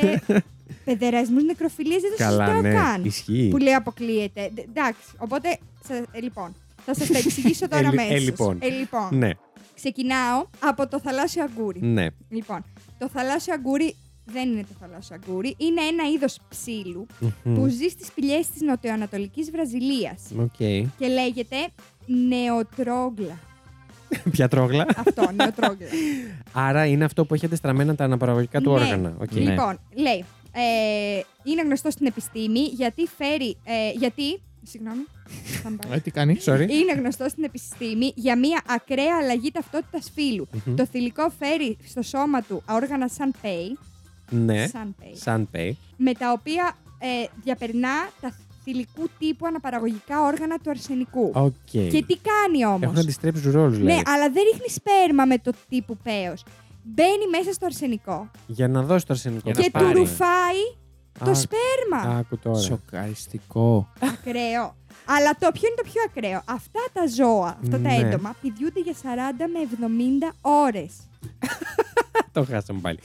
B: ε, παιδερασμούς, νεκροφιλίες, δεν το
A: Καλά,
B: συζητάω
A: ναι.
B: καν.
A: Ισχύει.
B: Που λέει αποκλείεται. Ντε- Εντάξει, οπότε. σε- ε, λοιπόν, θα σας τα εξηγήσω
A: Ε,
B: τώρα
A: λι- ε,
B: αμέσως.
A: λοιπόν. Ναι,
B: Ξεκινάω από το θαλάσσιο αγκούρι.
A: ναι.
B: Λοιπόν, το θαλάσσιο αγκούρι δεν είναι το θαλάσσιο αγκούρι. Είναι ένα είδος ψήλου που ζει στις πηγέ της νοτιοανατολικής Βραζιλίας
A: Οκ.
B: και λέγεται νεοτρόγκλα.
A: Ποια τρόγλα.
B: Αυτό, νεοτρόγκλα.
A: Άρα είναι αυτό που έχει αντιστραμμένα τα αναπαραγωγικά του
B: Ναι.
A: όργανα. Οκ.
C: Ναι.
B: Λοιπόν, λέει, ε, είναι γνωστό στην επιστήμη γιατί φέρει. ε, γιατί. Συγγνώμη. θα μου πάρεις.
C: Ε, τι κάνεις.
A: Sorry.
B: Είναι γνωστό στην επιστήμη για μια ακραία αλλαγή ταυτότητας φύλου.
A: Μμμ.
B: Το θηλυκό φέρει στο σώμα του όργανα σαν πέι,
A: Ναι.
B: σαν πέι,
A: Σαν πέι.
B: με τα οποία ε, διαπερνά τα θηλυκού τύπου αναπαραγωγικά όργανα του αρσενικού.
A: Οκ.
B: Και τι κάνει όμως.
A: Έχουν αντιστρέψει τους ρόλους,
B: Ναι,
A: λέει.
B: αλλά δεν ρίχνει σπέρμα με το τύπου πέος. Μπαίνει μέσα στο αρσενικό
A: Για να δώσει το αρσενικό.
C: Για
A: να
B: και του
C: πάρει.
B: ρουφάει
A: Α,
B: το σπέρμα.
A: Άκου τώρα.
C: Σοκαριστικό.
B: Ακραίο. Αλλά το ποιο είναι το πιο ακραίο. Αυτά τα ζώα, αυτά τα
A: Ναι.
B: έντομα, πηδιούνται για 40 με 70 ώρες.
A: Το χάσαμε πάλι.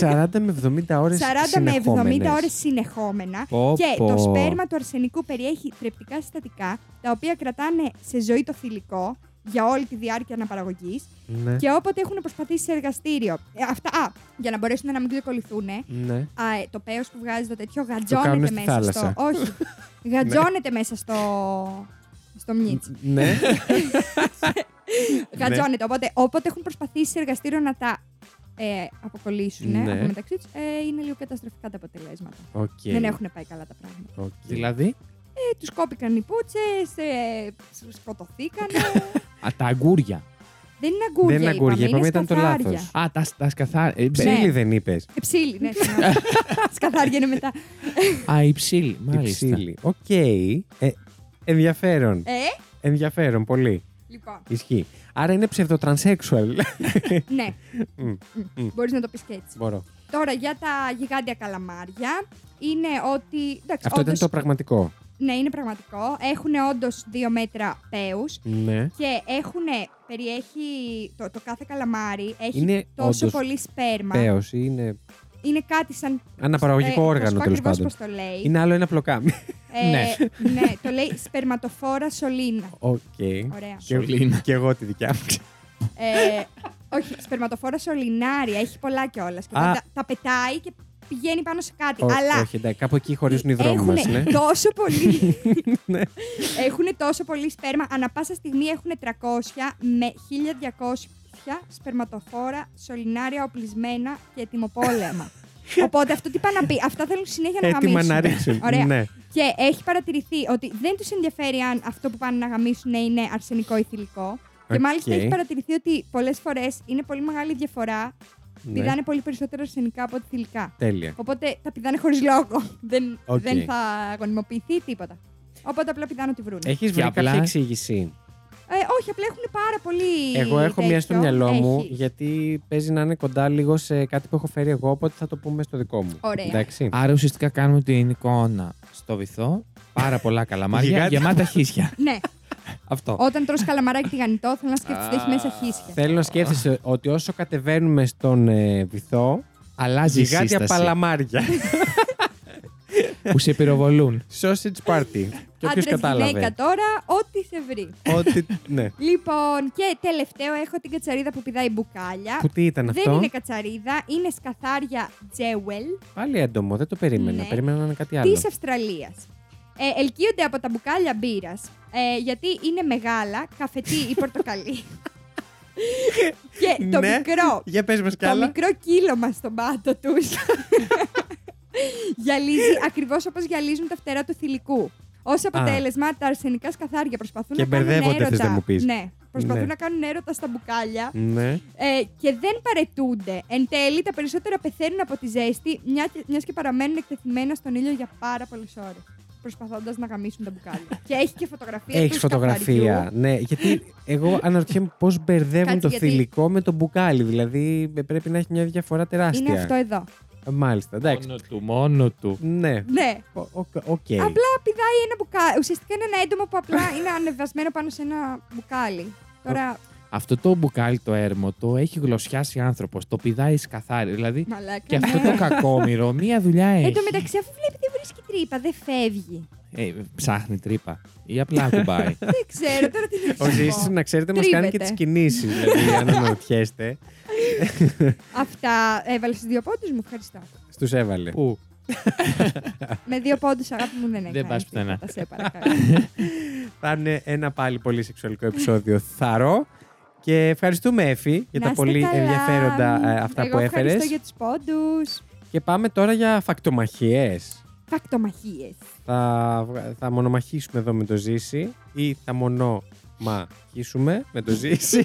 A: 40 με 70 ώρε
B: 40 με 70 ώρε συνεχόμενα.
C: Πω,
B: και
C: πω.
B: το σπέρμα του αρσενικού περιέχει θρεπτικά συστατικά, τα οποία κρατάνε σε ζωή το θηλυκό για όλη τη διάρκεια αναπαραγωγής.
A: Ναι.
B: Και όποτε έχουν προσπαθήσει σε εργαστήριο. ε, αυτά, α, για να μπορέσουν να μην κλικολυθούν,
A: ναι.
B: Α, ε, το πέος που βγάζει το τέτοιο
A: κάνουμε
B: γατζώνεται
A: στη
B: μέσα
A: θάλασσα.
B: στο... Όχι. γατζώνεται μέσα στο... Στο μνίτσι.
A: ναι.
B: Γατζώνεται. Οπότε, όποτε έχουν προσπαθήσει σε εργαστήριο να τα ε, αποκολλήσουν
A: Ναι.
B: από μεταξύ τους, ε, είναι λίγο καταστροφικά τα αποτελέσματα.
A: Οκ.
B: Δεν έχουν πάει καλά τα πράγματα.
A: Οκ.
C: Δηλαδή,
B: Ε, τους κόπηκαν οι πούτσες, ε, σκοτωθήκαν.
C: α, τα αγκούρια.
B: δεν είναι αγκούρια.
A: Δεν είναι αγκούρια, είπαμε, ήταν το
B: σκαθάρια.
A: λάθος.
C: Α, τα, τα σκαθάρια.
A: Ψήλοι δεν είπες.
B: Ε, ψήλοι, ναι. συγγνώμη. Σκαθάρια είναι μετά.
C: Α, οι ψήλοι, μάλιστα.
A: Υψίλοι. Οκ. Ε, ενδιαφέρον.
B: Ε,
A: Ενδιαφέρον πολύ.
B: λοιπόν.
A: Ισχύει. Άρα είναι ψευδοτρανσέξουαλ.
B: Ναι.
A: Μμ, μμ.
B: Μπορείς να το πεις και έτσι.
A: Μπορώ.
B: Τώρα για τα γιγάντια καλαμάρια είναι ότι. Εντάξει,
A: Αυτό ήταν
B: όντως-
A: το πραγματικό.
B: Ναι, είναι πραγματικό. Έχουν όντως δύο μέτρα παίου
A: Ναι.
B: και έχουν. Περιέχει. Το, το κάθε καλαμάρι έχει
A: Είναι
B: τόσο
A: όντως
B: πολύ σπέρμα.
A: Πέος, είναι
B: Είναι κάτι σαν. ε,
A: αναπαραγωγικό όργανο τέλο
B: τέλο
A: πάντων.
B: Πώς το λέει.
A: Είναι άλλο ένα πλοκάμι.
B: Ε,
C: Ναι.
B: ναι, το λέει σπερματοφόρα σωλήνα.
A: Οκ.
B: Ωραία.
A: Και,
C: Σωλήνα.
A: και εγώ τη δικιά μου.
B: Ε, όχι, σπερματοφόρα σωληνάρια. Έχει πολλά κιόλας.
A: Α.
B: Τα, τα πετάει και πηγαίνει πάνω σε κάτι.
A: Ό,
B: Ε, Αλλά
A: Όχι, εντάξει, κάπου εκεί χωρίζουν οι δρόμοι μα.
B: Έχουνε
A: Ναι.
B: τόσο πολύ. Έχουν τόσο πολύ σπέρμα. Ανα πάσα στιγμή έχουν 300 με 1200 σπερματοφόρα, σωληνάρια, οπλισμένα και ετοιμοπόλεμα. Οπότε αυτό τι πάνε να πει. Αυτά θέλουν συνέχεια να γαμίσουν.
A: Έτοιμα να ρίξουν.
B: Ωραία.
A: Ναι.
B: Και έχει παρατηρηθεί ότι δεν τους ενδιαφέρει αν αυτό που πάνε να γαμίσουν είναι αρσενικό ή θηλυκό. Και
A: Οκ.
B: μάλιστα έχει παρατηρηθεί ότι πολλές φορές είναι πολύ μεγάλη η διαφορά.
A: Ναι.
B: Πηδάνε πολύ περισσότερα αρσενικά από ότι θηλυκά.
A: Τέλεια.
B: Οπότε τα πηδάνε χωρίς λόγο. δεν,
A: Οκ.
B: δεν θα γονιμοποιηθεί τίποτα. Οπότε απλά πηδάνε ό,τι βρουν.
A: Έχει βρει
C: Και απλά-
A: κάποια εξήγηση.
B: Ε, όχι, απλά έχουν πάρα πολύ.
A: Εγώ έχω μια στο μυαλό μου,
B: Έχεις.
A: γιατί παίζει να είναι κοντά λίγο σε κάτι που έχω φέρει εγώ, οπότε θα το πούμε στο δικό μου.
B: Ωραία.
A: Εντάξει.
C: Άρα ουσιαστικά κάνουμε την εικόνα στο βυθό. Πάρα πολλά καλαμάρια,
A: Γιγάντια.
C: γεμάτα χίσια.
B: Ναι,
C: Αυτό.
B: όταν τρως καλαμαράκι τηγανιτό, θέλω να σκέφτεσαι ότι έχει μέσα χίσια.
A: Θέλω να σκέφτεσαι ότι όσο κατεβαίνουμε στον ε, βυθό,
C: Αλλάζει η
A: γιγάντια
C: σύσταση
A: παλαμάρια.
C: που σε πυροβολούν.
A: Sausage party. Και όποιος
B: Άντρας, γυναίκα
A: κατάλαβε.
B: τώρα, ό,τι σε βρει.
A: Ότι. Ναι.
B: Λοιπόν, και τελευταίο έχω την κατσαρίδα που πηδάει μπουκάλια.
A: Που τι ήταν
B: δεν
A: αυτό.
B: είναι κατσαρίδα, είναι σκαθάρια τζέουελ
A: Πάλι έντομο, δεν το περίμενα.
B: Ναι.
A: Περίμενα να είναι κάτι άλλο.
B: της Αυστραλίας. Ε, ελκύονται από τα μπουκάλια μπύρας ε, γιατί είναι μεγάλα, καφετή ή πορτοκαλί. και το
A: Ναι.
B: μικρό
A: Για πες μας κι
B: το
A: άλλα.
B: μικρό κύλωμα στον πάτο τους. γυαλίζει ακριβώς όπως γυαλίζουν τα φτερά του θηλυκού. Ως αποτέλεσμα, τα αρσενικά σκαθάρια προσπαθούν
A: Και
B: να κάνουν
A: μπερδεύονται, θες
B: έρωτα.
A: να μου πεις.
B: Ναι, προσπαθούν
A: Ναι.
B: να κάνουν έρωτα στα μπουκάλια
A: Ναι.
B: ε, και δεν παρετούνται. Εν τέλει, τα περισσότερα πεθαίνουν από τη ζέστη, μια και, μιας και παραμένουν εκτεθειμένα στον ήλιο για πάρα πολλές ώρες. Προσπαθώντας να γαμίσουν τα μπουκάλια. και έχει και φωτογραφία.
A: Έχεις
B: του
A: φωτογραφία.
B: σκαθαριού.
A: Ναι, γιατί εγώ αναρωτιέμαι πώς μπερδεύουν
B: Κάτσε,
A: το
B: γιατί-
A: θηλυκό με το μπουκάλι. Δηλαδή ε, πρέπει να έχει μια διαφορά τεράστια.
B: Είναι αυτό εδώ.
A: Μάλιστα, εντάξει.
C: Μόνο του, μόνο του.
A: Ναι.
B: Ναι.
A: Ο- ο- Οκ.
B: Απλά πηδάει ένα μπουκάλι. Ουσιαστικά είναι ένα έντομο που απλά είναι ανεβασμένο πάνω σε ένα μπουκάλι. Τώρα,
C: Αυτό το μπουκάλι το έρμο το έχει γλωσσιάσει άνθρωπος. Το πηδάει σκαθάρι. Δηλαδή
B: μαλάκα.
C: και αυτό
B: ναι. Ε,
C: το κακόμοιρο μία δουλειά έχει.
B: Εν τω μεταξύ, αφού βλέπει δεν βρίσκει τρύπα, δεν φεύγει.
C: Ε, ψάχνει τρύπα. Ή απλά ακουμπάει.
B: δεν ξέρω τώρα τι να
A: Ο
B: σας
A: Ζήσης,
B: πω.
A: να ξέρετε, μας
B: Τρίβεται.
A: κάνει και τις κινήσεις. Δηλαδή, αν αναρωτιέστε,
B: Αυτά έβαλες δύο πόντους μου, ευχαριστώ.
A: στους έβαλε.
C: Πού.
B: Με δύο πόντους, αγάπη μου, δεν έκανε.
C: πας πουθενά.
B: τίποτα, Σε παρακαλώ.
A: Θα είναι ένα πάλι πολύ σεξουαλικό επεισόδιο θαρό. Και ευχαριστούμε, Εφη, για
B: Να
A: τα
B: είστε
A: πολύ
B: καλά.
A: ενδιαφέροντα ε, αυτά
B: Εγώ
A: που έφερε.
B: Ευχαριστώ για τους πόντους.
A: Και πάμε τώρα για φακτομαχίες.
B: Φακτομαχίες.
A: Θα, βγα- θα μονομαχήσουμε εδώ με το Ζήση ή θα μονομαχήσουμε με το Ζήση.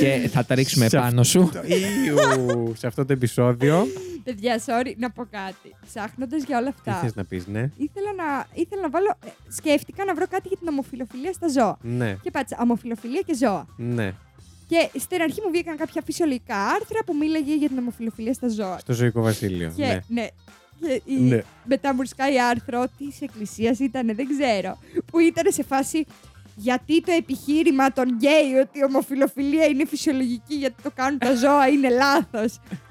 C: και θα τα ρίξουμε
A: Σε
C: πάνω σου.
A: Το Ιου, σε αυτό το επεισόδιο.
B: Παιδιά, sorry, να πω κάτι. Ψάχνοντας για όλα
A: Τι
B: αυτά.
A: θες να πεις, ναι.
B: ήθελα να, ήθελα να βάλω. ε, Σκέφτηκα να βρω κάτι για την ομοφιλοφιλία στα ζώα.
A: Ναι,
B: Και πάτησα ομοφιλοφιλία και ζώα.
A: ναι.
B: Και στην αρχή μου βγήκαν κάποια φυσιολογικά άρθρα που μίλαγε για την ομοφιλοφιλία στα ζώα.
A: Στο ζωικό βασίλειο.
B: Και,
A: ναι.
B: ναι. Και η...
A: Ναι.
B: μετά μου σκάει άρθρο της εκκλησίας ήταν, δεν ξέρω. Που ήταν σε φάση γιατί το επιχείρημα των γκέι ότι η ομοφιλοφιλία είναι φυσιολογική γιατί το κάνουν τα ζώα είναι λάθος.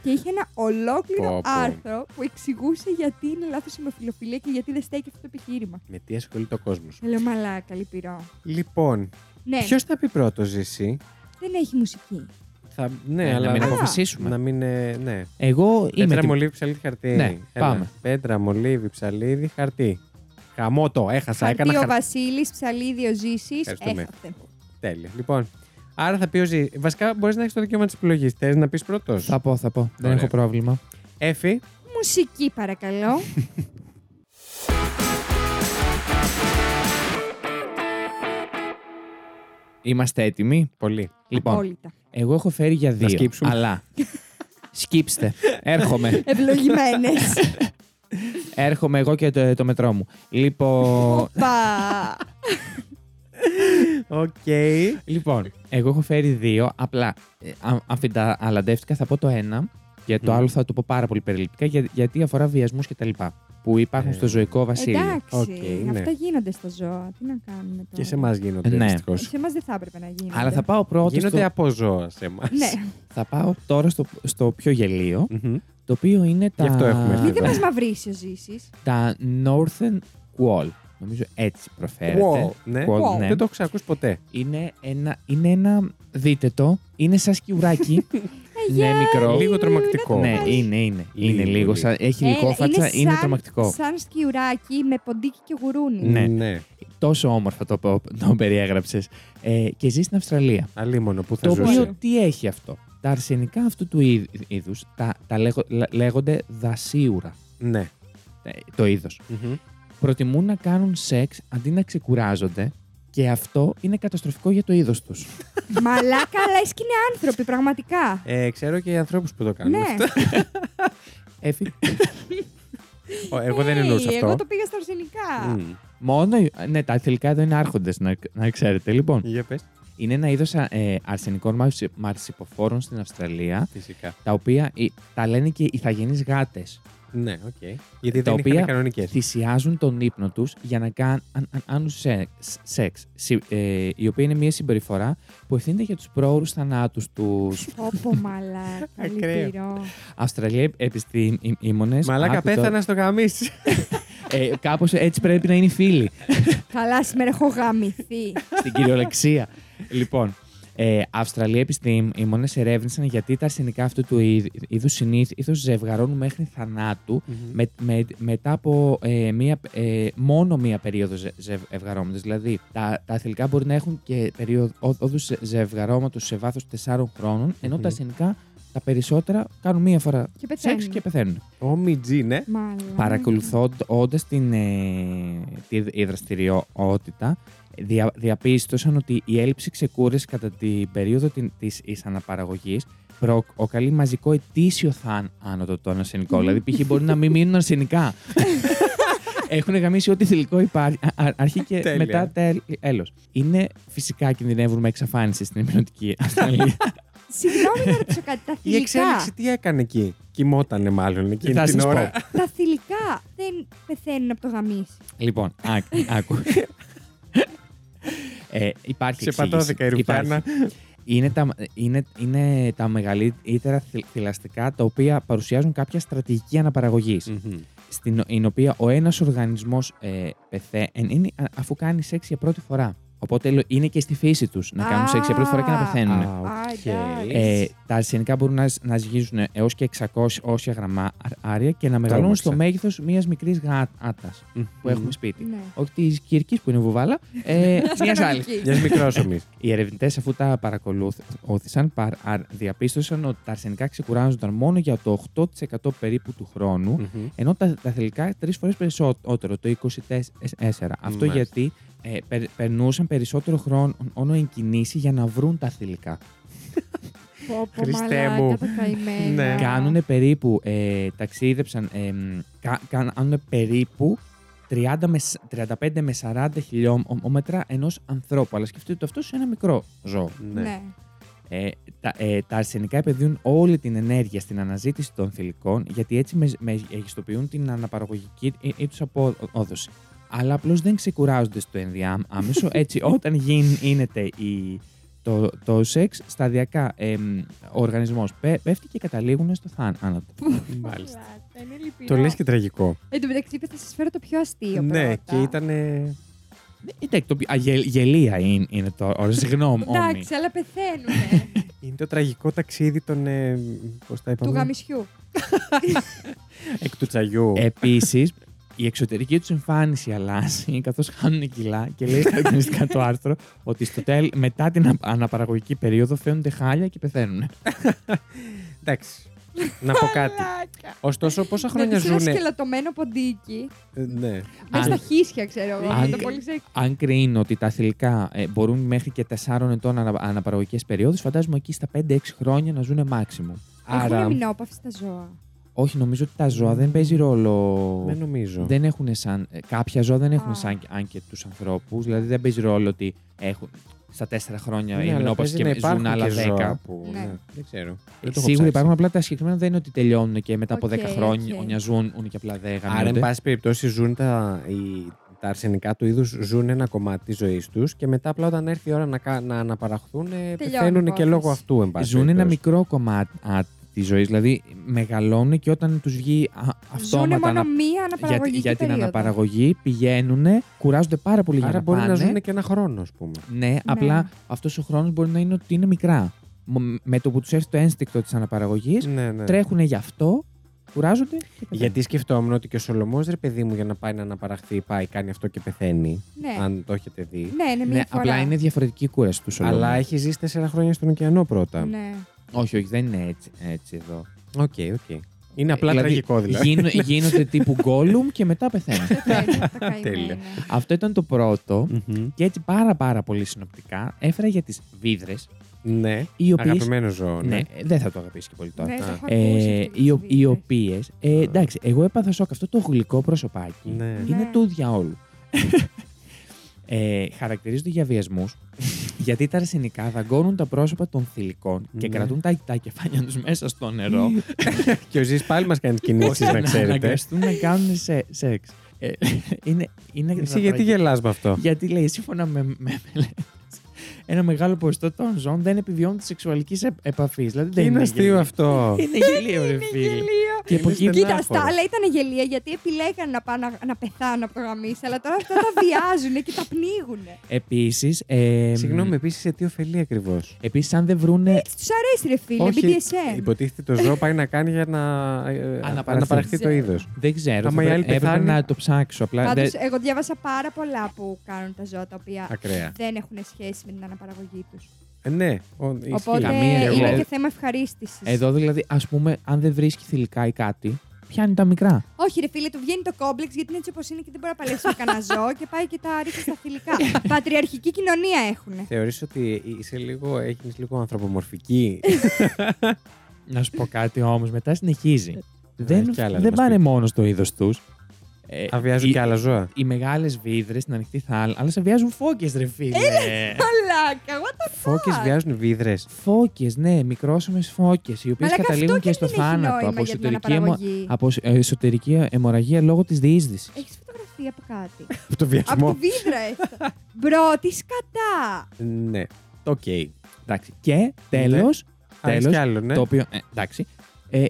B: Και είχε ένα ολόκληρο
A: Πω, πω.
B: άρθρο που εξηγούσε γιατί είναι λάθος η ομοφιλοφιλία και γιατί δεν στέκει αυτό το επιχείρημα.
A: Με τι ασχολείται ο κόσμος.
B: Και Λέω μαλάκα, λυπηρό.
A: Λοιπόν,
B: Ναι,
A: ποιος θα πει πρώτος, Ζήση.
B: δεν έχει μουσική.
A: Θα... Ναι,
C: Ε,
A: αλλά.
C: Να μην
B: Α.
C: αποφασίσουμε.
A: Να μην. ε, Ναι.
C: Εγώ είμαι.
A: Πέτρα,
C: την-
A: μολύβι, ψαλίδι, χαρτί.
C: Ναι,
A: Έλα.
C: πάμε.
A: Πέτρα, μολύβι, ψαλίδι, χαρτί. Χαμό το, έχασα.
B: Χαρτί
A: έκανα
B: ο
A: χαρτί.
B: Βασίλης, ψαλίδι ο Ζήσης.
A: Ευχαριστούμε.
B: Έχατε.
A: Τέλεια. Λοιπόν, άρα θα πει ο Ζή. Βασικά, μπορείς να έχεις το δικαίωμα της επιλογής. Θες να πεις πρώτος.
C: Θα πω, θα πω. Δεν
A: Ωραία.
C: έχω πρόβλημα.
A: Έφη.
B: Μουσική, παρακαλώ.
C: Είμαστε έτοιμοι.
A: Πολύ.
C: Λοιπόν,
B: Απόλυτα.
C: εγώ έχω φέρει για δύο.
A: σκύψουμε.
C: Αλλά. Σκύψτε. Έρχομαι.
B: Ευλογημένες.
A: Λοιπόν.
C: Έρχομαι εγώ και το, το μετρό μου. Λοιπόν,
B: Οπα.
A: Οκ.
C: λοιπόν, εγώ έχω φέρει δύο. Απλά ε, α- αμφιταλαντεύτηκα. Θα πω το ένα. Για το
A: Μμμ.
C: άλλο θα το πω πάρα πολύ περιληπτικά. Για, γιατί αφορά βιασμούς κτλ. Που υπάρχουν
A: Ε,
C: στο ζωικό βασίλειο.
B: Εντάξει.
A: Οκ, ναι.
B: Αυτά γίνονται στα ζώα. Τι να κάνουμε τώρα.
A: Και σε εμάς γίνονται.
C: Ναι.
A: δυστυχώς.
B: Σε εμάς δεν θα έπρεπε να γίνονται.
C: Αλλά θα πάω πρώτος.
A: Γίνονται
C: Στο,
A: από ζώα σε εμάς.
B: Ναι.
C: θα πάω τώρα στο, στο πιο γελίο. Το οποίο είναι τα.
A: Γι' αυτό έχουμε έρθει
B: Μην δεν
A: εδώ.
B: μας μαυρίσει ο Ζήσης.
C: τα Northern Wall. Νομίζω έτσι προφέρεται.
A: Wow. Ναι.
C: Wall, ναι.
A: Δεν το έχω ξανακούσει ποτέ.
C: Είναι ένα, είναι ένα, δείτε το, είναι σαν σκιουράκι.
B: Ε,
C: ναι, μικρό.
A: Λίγο τρομακτικό.
C: ναι, είναι, είναι.
A: Λίγο,
C: είναι λίγο.
A: λίγο. Ε,
C: Σαν, έχει λικόφατσα, είναι, τρομακτικό.
B: Ε, Σαν σκιουράκι με ποντίκι και γουρούνι.
C: Ναι.
A: ναι.
C: Τόσο όμορφα το, το, το περιέγραψες. Ε, και ζεις στην Αυστραλία.
A: Αλίμονο που θα
C: το
A: ζούσε.
C: οποίο τι έχει αυτό. Τα αρσενικά αυτού του είδους τα, τα λέγω- λα- λέγονται δασίουρα.
A: Ναι.
C: Ε, Το είδος.
A: Μμμ.
C: προτιμούν να κάνουν σεξ αντί να ξεκουράζονται και αυτό είναι καταστροφικό για το είδος τους.
B: Μαλάκα, αλλά εσύ και είναι άνθρωποι, πραγματικά.
A: Ε, ξέρω και οι ανθρώπους που το κάνουν.
B: Ναι.
C: Έφη.
A: Ο, Ε, εγώ δεν
B: Hey,
A: εννοούσα αυτό.
B: Εγώ το πήγα στα αρσενικά.
A: Μμ.
C: Μόνο. Ναι, τα θηλυκά εδώ είναι άρχοντες, να, να ξέρετε. Λοιπόν,
A: Για πες.
C: είναι ένα είδος αρσενικών μαρσι- μαρσιποφόρων στην Αυστραλία,
A: Φυσικά.
C: τα οποία ε, τα λένε και ηθαγενεί γάτες.
A: Ναι, οκ. Γιατί
C: Ε, Τα
A: δεν
C: οποία
A: είχαν κανονικές.
C: Θυσιάζουν τον ύπνο τους για να κάνουν σεξ. σεξ συ- ε, η οποία είναι μια συμπεριφορά που ευθύνεται για τους πρόωρους θανάτους τους.
B: Όπω μαλάκα,
A: Ακραίο.
B: λυπηρό.
C: Αυστραλιαίοι επιστήμονες...
A: Μαλάκα
C: άκου το-
A: πέθανα στο γαμίσι.
C: Ε, Κάπως έτσι πρέπει να είναι οι φίλοι.
B: Καλά, σήμερα έχω γαμηθεί.
C: στην κυριολεξία. λοιπόν, ε, Αυστραλοί επιστήμονε ερεύνησαν γιατί τα αρσενικά αυτού του είδου συνήθω ζευγαρώνουν μέχρι θανάτου με, με, μετά από ε, μία, ε, μόνο μία περίοδο ζε, ζευγαρώματο. Δηλαδή, τα, τα αθλητικά μπορεί να έχουν και περίοδου ζευγαρώματος σε βάθος 4 χρόνων, ενώ
A: Μμμ.
C: τα αρσενικά τα περισσότερα κάνουν μία φορά
B: Και
C: σεξ
B: πεθαίνουν.
C: και πεθαίνουν.
A: Όμιτζι, ναι.
B: Μαλάκα.
C: Παρακολουθώντα Mm. την ε, τη, η δραστηριότητα, δια, διαπίστωσαν ότι η έλλειψη ξεκούρασης κατά την περίοδο την, της, της αναπαραγωγής προκαλεί μαζικό ετήσιο θάνατο των αρσενικών. δηλαδή, π.χ. μπορεί να μην μείνουν αρσενικά. Έχουν γαμίσει ό,τι θηλυκό υπάρχει, α- α- αρχή και
A: Τέλεια.
C: μετά τέλος. Είναι φυσικά κινδυνεύουν με εξαφάνιση στην emiratική Αυστραλία.
B: Συγγνώμη να ρωτήσω κάτι. Τα
A: Η
B: θηλυκά.
A: εξέλιξη τι έκανε εκεί. Κοιμότανε μάλλον εκείνη
C: Θα
A: την
C: σας
A: ώρα.
C: πω.
B: Τα θηλυκά δεν πεθαίνουν από το γαμίσι.
C: Λοιπόν, άκου. άκου. ε, υπάρχει
A: Σε
C: εξήγηση.
A: πατώθηκα η Ρουφιάνα.
C: Είναι τα, είναι, είναι τα μεγαλύτερα θυ- θηλαστικά τα οποία παρουσιάζουν κάποια στρατηγική αναπαραγωγής.
A: Μμμ.
C: στην η οποία ο ένας οργανισμός ε, πεθαίνει είναι α- αφού κάνει σεξ για πρώτη φορά. Οπότε λο- είναι και στη φύση τους να κάνουν σεξ για πρώτη φορά και να
B: Α,
C: πεθαίνουν.
A: α, οκ.
B: Α, εντάξει.
C: Ε, τα αρσενικά μπορούν να, σ- να ζυγίζουν έως και 600 όσια γραμμά άρια και να μεγαλώνουν
A: Τρόμαξα.
C: στο μέγεθος μιας μικρής γάτας
A: Ε,
C: που έχουμε σπίτι.
B: Ναι.
C: Όχι της Κυρκής που είναι βουβάλα, ε, μιας άλλη.
B: Κανονική.
A: Μια μικρόσωμη.
C: Οι ερευνητές, αφού τα παρακολούθησαν, παρα- α- διαπίστωσαν ότι τα αρσενικά ξεκουράζονταν μόνο για το 8% περίπου του χρόνου ενώ τα, τα θηλυκά τρεις φορές περισσότερο, το 24. Αυτό
A: Μάλιστα.
C: γιατί ε, περ- περνούσαν περισσότερο χρόνο εν κινήσεις για να βρουν τα θηλυκά.
B: Πω, πω,
A: Χριστέ
B: μαλάκα,
A: μου.
B: τα καημένα.
A: Ναι.
C: Κάνουν περίπου, ε, ταξίδεψαν, ε, μ, κα- κάνουν περίπου 30 με, σ- 35 με 40 χιλιόμετρα ενός ανθρώπου. Αλλά σκεφτείτε το αυτό σε ένα μικρό ζώο.
B: Ναι.
C: Ε, τα, ε, τα αρσενικά επενδύουν όλη την ενέργεια στην αναζήτηση των θηλυκών, γιατί έτσι με, με μεγιστοποιούν την αναπαραγωγική ή, ή τους απόδοση. Αλλά απλώς δεν ξεκουράζονται στο ενδιάμεσο, έτσι όταν γίν- γίνεται η, το, το σεξ, σταδιακά εμ, ο οργανισμός πέ- πέφτει και καταλήγουν στο θάνατο.
A: Μάλιστα.
B: Μαλάκα, είναι λυπηρό.
A: Το λες και τραγικό.
B: Εν τω μεταξύ είπα θα σας φέρω το πιο αστείο
A: Ναι,
B: πρώτα.
A: και ήταν.
C: Ε, Εντάξει, το πι- α, γε- γελία είναι, είναι το όρο. Συγγνώμη, όμοι.
B: Εντάξει, αλλά πεθαίνουν
A: Είναι το τραγικό ταξίδι των. Ε, πώς τα
B: του
A: είπαμε.
B: γαμισιού.
A: Εκ του τσαγιού.
C: Ε, Επίσης, η εξωτερική τους εμφάνιση αλλάζει καθώς χάνουν κιλά και λέει χαρακτηριστικά το άρθρο ότι στο τέλ, μετά την α- αναπαραγωγική περίοδο φαίνονται χάλια και πεθαίνουν.
A: Εντάξει. Να πω κάτι.
B: Μαλάκα.
A: Ωστόσο, πόσα
B: Να
A: χρόνια
B: δεις ένα
A: ζουνε.
B: σκελατωμένο ποντίκι.
A: Ε, Ναι.
B: Μέσα
C: Αν-
B: στα χίσια, ξέρω εγώ.
C: Αν-
B: με το πολύ σεξ.
C: Αν κρίνω ότι τα θηλυκά ε, μπορούν μέχρι και 4 ετών ανα, αναπαραγωγικές περιόδους, φαντάζομαι εκεί στα 5-6 χρόνια να ζουν μάξιμου.
B: Έχουν
C: Άρα,
B: αμυνόπαυση τα ζώα.
C: όχι, νομίζω ότι τα ζώα δεν παίζει ρόλο.
A: Δεν νομίζω.
C: Δεν έχουν σαν. ε, Κάποια ζώα δεν έχουν
B: Α.
C: σαν αν και τους ανθρώπους. Δηλαδή δεν παίζει ρόλο ότι έχουν στα 4 χρόνια
A: Ναι,
C: η
A: αλλά
C: μηνόπαυση
A: παίζει
C: και
A: να
C: ζουν
A: υπάρχουν
C: άλλα
A: και
C: 10.
A: ζώα που-
B: Ναι.
A: ναι, Δεν ξέρω. Δεν το έχω
C: Σίγουρα
A: ψάξει.
C: υπάρχουν απλά τα συγκεκριμένα δεν είναι ότι τελειώνουν και μετά από
B: Οκ,
C: 10 χρόνια
B: οκ.
C: ονιαζούν ούν και απλά δεν
A: Άρα, εν
C: γαμιούνται.
A: πάση περιπτώσει, ζουν τα, οι- τα αρσενικά του είδους ζουν ένα κομμάτι της ζωής τους και μετά, απλά όταν έρθει η ώρα να, κα- να αναπαραχθούν, ε, πεθαίνουν και
B: υπόθεση.
A: λόγω αυτού. Εν πάση
C: Ζουν ένα
A: περιπτώσει.
C: μικρό κομμάτι της ζωής, δηλαδή μεγαλώνουν και όταν τους βγει α-
B: Ζούνε
C: αυτόματα
B: μόνο
C: να,
B: μία
C: για,
B: αναπαραγωγική
C: για την
B: περίοδο.
C: αναπαραγωγή, πηγαίνουν, κουράζονται πάρα πολύ για
A: Άρα
C: να
A: μπορεί
C: πάνε.
A: να ζουν και ένα χρόνο, ας πούμε.
C: Ναι, απλά αυτός ο χρόνος μπορεί να είναι ότι είναι μικρά. Μ- Με το που τους έρθει το ένστικτο της αναπαραγωγής,
A: Ναι, ναι.
C: τρέχουν γι' αυτό, κουράζονται.
A: Γιατί σκεφτόμουν ότι και ο Σολομός, ρε παιδί μου, για να πάει να αναπαραχθεί, πάει, κάνει αυτό και πεθαίνει.
B: Ναι,
A: Αν το έχετε δει.
B: ναι, είναι μία
C: Ναι,
B: φορά.
C: απλά είναι διαφορετική η κούραση του Σολομού.
A: Αλλά έχει ζήσει τέσσερα χρόνια στον ωκεανό πρώτα. Οκ,
B: Ναι.
C: Όχι, όχι, δεν είναι έτσι, έτσι εδώ.
A: οκ. Είναι απλά
C: Δηλαδή,
A: τραγικό δηλαδή.
C: γίνο- γίνονται τύπου γκόλουμ και μετά πεθαίνουν.
B: Πεθαίνουν τα καημένα.
A: Τέλεια.
C: Αυτό ήταν το πρώτο.
A: Μμμ.
C: Και έτσι πάρα πάρα πολύ συνοπτικά έφερα για τις βίδρες,
A: Ναι,
C: οι οποίες...
A: αγαπημένο ζώο.
C: Ναι,
A: Ναι.
C: ε, δεν θα το αγαπήσεις και πολύ τώρα.
B: Ναι, το έχω ακούσει
C: Ε,
B: αυτή τη
C: οι, ο- οι
B: βίδρα.
C: οποίες... Ε, εντάξει, εγώ έπαθα σοκ. Αυτό το γλυκό προσωπάκι
A: Ναι.
C: είναι
B: Ναι.
C: του διαόλου. ε, χαρακτηρίζονται για βιασμούς, γιατί τα αρσενικά δαγκώνουν τα πρόσωπα των θηλυκών και
A: Ναι.
C: κρατούν τα, τα κεφάλια τους μέσα στο νερό
A: Και ο Ζή πάλι μας κάνει κινήσεις, να ξέρετε.
C: αναγκαστούν να κάνουν σε, σεξ. Ε, είναι, είναι
A: Εσύ γιατί γελάς με αυτό.
C: Γιατί λέει, σύμφωνα με, με μελέτες, ένα μεγάλο ποσοστό των ζώων δεν επιβιώνουν τη σεξουαλική επαφής. Δηλαδή δεν
A: Είναι αστείο
C: γελίο.
A: αυτό.
C: Είναι γελίο, ρε φίλε.
B: Γελίο.
C: Και από
A: Είναι
C: εκεί
A: στενάχωρο.
B: Κοίτα, στα άλλα ήταν γελία γιατί επιλέγαν να, πάνε, να- να πεθάνουν από το γαμίσι, αλλά τώρα αυτά τα βιάζουν και τα πνίγουν.
C: Επίσης. Ε,
A: Συγγνώμη, επίσης σε τι ωφελεί ακριβώς.
C: Επίσης, αν δεν βρούνε.
B: Έτσι τους αρέσει, ρε φίλε, BDSM.
A: υποτίθεται το ζώο πάει να κάνει για να ε,
C: Αναπαραχθεί.
A: αναπαραχθεί το είδος.
C: Δεν ξέρω.
A: Άμα
C: θα
A: η
C: πρέ-
A: άλλη
C: έπρεπε
A: πεθάνει-
C: να το ψάξω. Απλά
B: Πάντως,
C: δεν-
B: εγώ διάβασα πάρα πολλά που κάνουν τα ζώα τα οποία
A: Ακραία.
B: δεν έχουν σχέση με την αναπαραγωγή τους.
A: Ε, ναι, ο, ισχύει.
B: Οπότε
C: Καμία,
B: είναι
C: εγώ.
B: και θέμα ευχαρίστησης.
C: Εδώ δηλαδή, ας πούμε, αν δεν βρίσκει θηλυκά ή κάτι, πιάνει τα μικρά.
B: Όχι, ρε φίλε, του βγαίνει το κόμπλεξ γιατί είναι έτσι όπως είναι και δεν μπορεί να παλέψει με κανένα ζώο και πάει και τα ρίχνει στα θηλυκά. Πατριαρχική κοινωνία έχουν.
A: Θεωρείς ότι είσαι λίγο, έχεις λίγο ανθρωπομορφική.
C: Να σου πω κάτι όμως, μετά συνεχίζει. δεν
B: Ε,
A: έχει κι άλλα να
C: δεν
A: μας
C: πάνε
A: πεις.
C: μόνο στο είδος τους.
A: Αβιάζουν
C: Ε, η-
A: και άλλα ζώα.
B: Ε,
C: οι μεγάλες βίδρες στην ανοιχτή θάλασσα βιάζουν φώκες, ρε φίλε.
B: Αλλά πλάκα. What the fuck.
A: Φώκες βιάζουν βίδρες.
C: Φώκες, ναι, μικρόσωμες φώκες, οι οποίες
B: Μαλάκα,
C: καταλήγουν
B: αυτό
C: και
B: και
C: στο
B: δεν έχει
C: θάνατο
B: νόημα
C: από
B: για την
C: εσωτερική, αιμο-
B: αναπαραγωγή. Ε.
C: από εσ- ε, εσωτερική αιμορραγία λόγω της διείσδυσης.
B: Έχεις φωτογραφία από κάτι.
A: Από το
B: από
A: βιασμό.
B: τη βίδρα έστω. Μπρο, τι σκατά.
A: Ναι. Οκ.
C: Εντάξει.
A: Ναι.
C: Και τέλος.
A: Άλλες
C: Τέλος,
A: κι άλλο, ναι.
C: Το οποίο. ε, εντάξει. Ε,
B: Ε,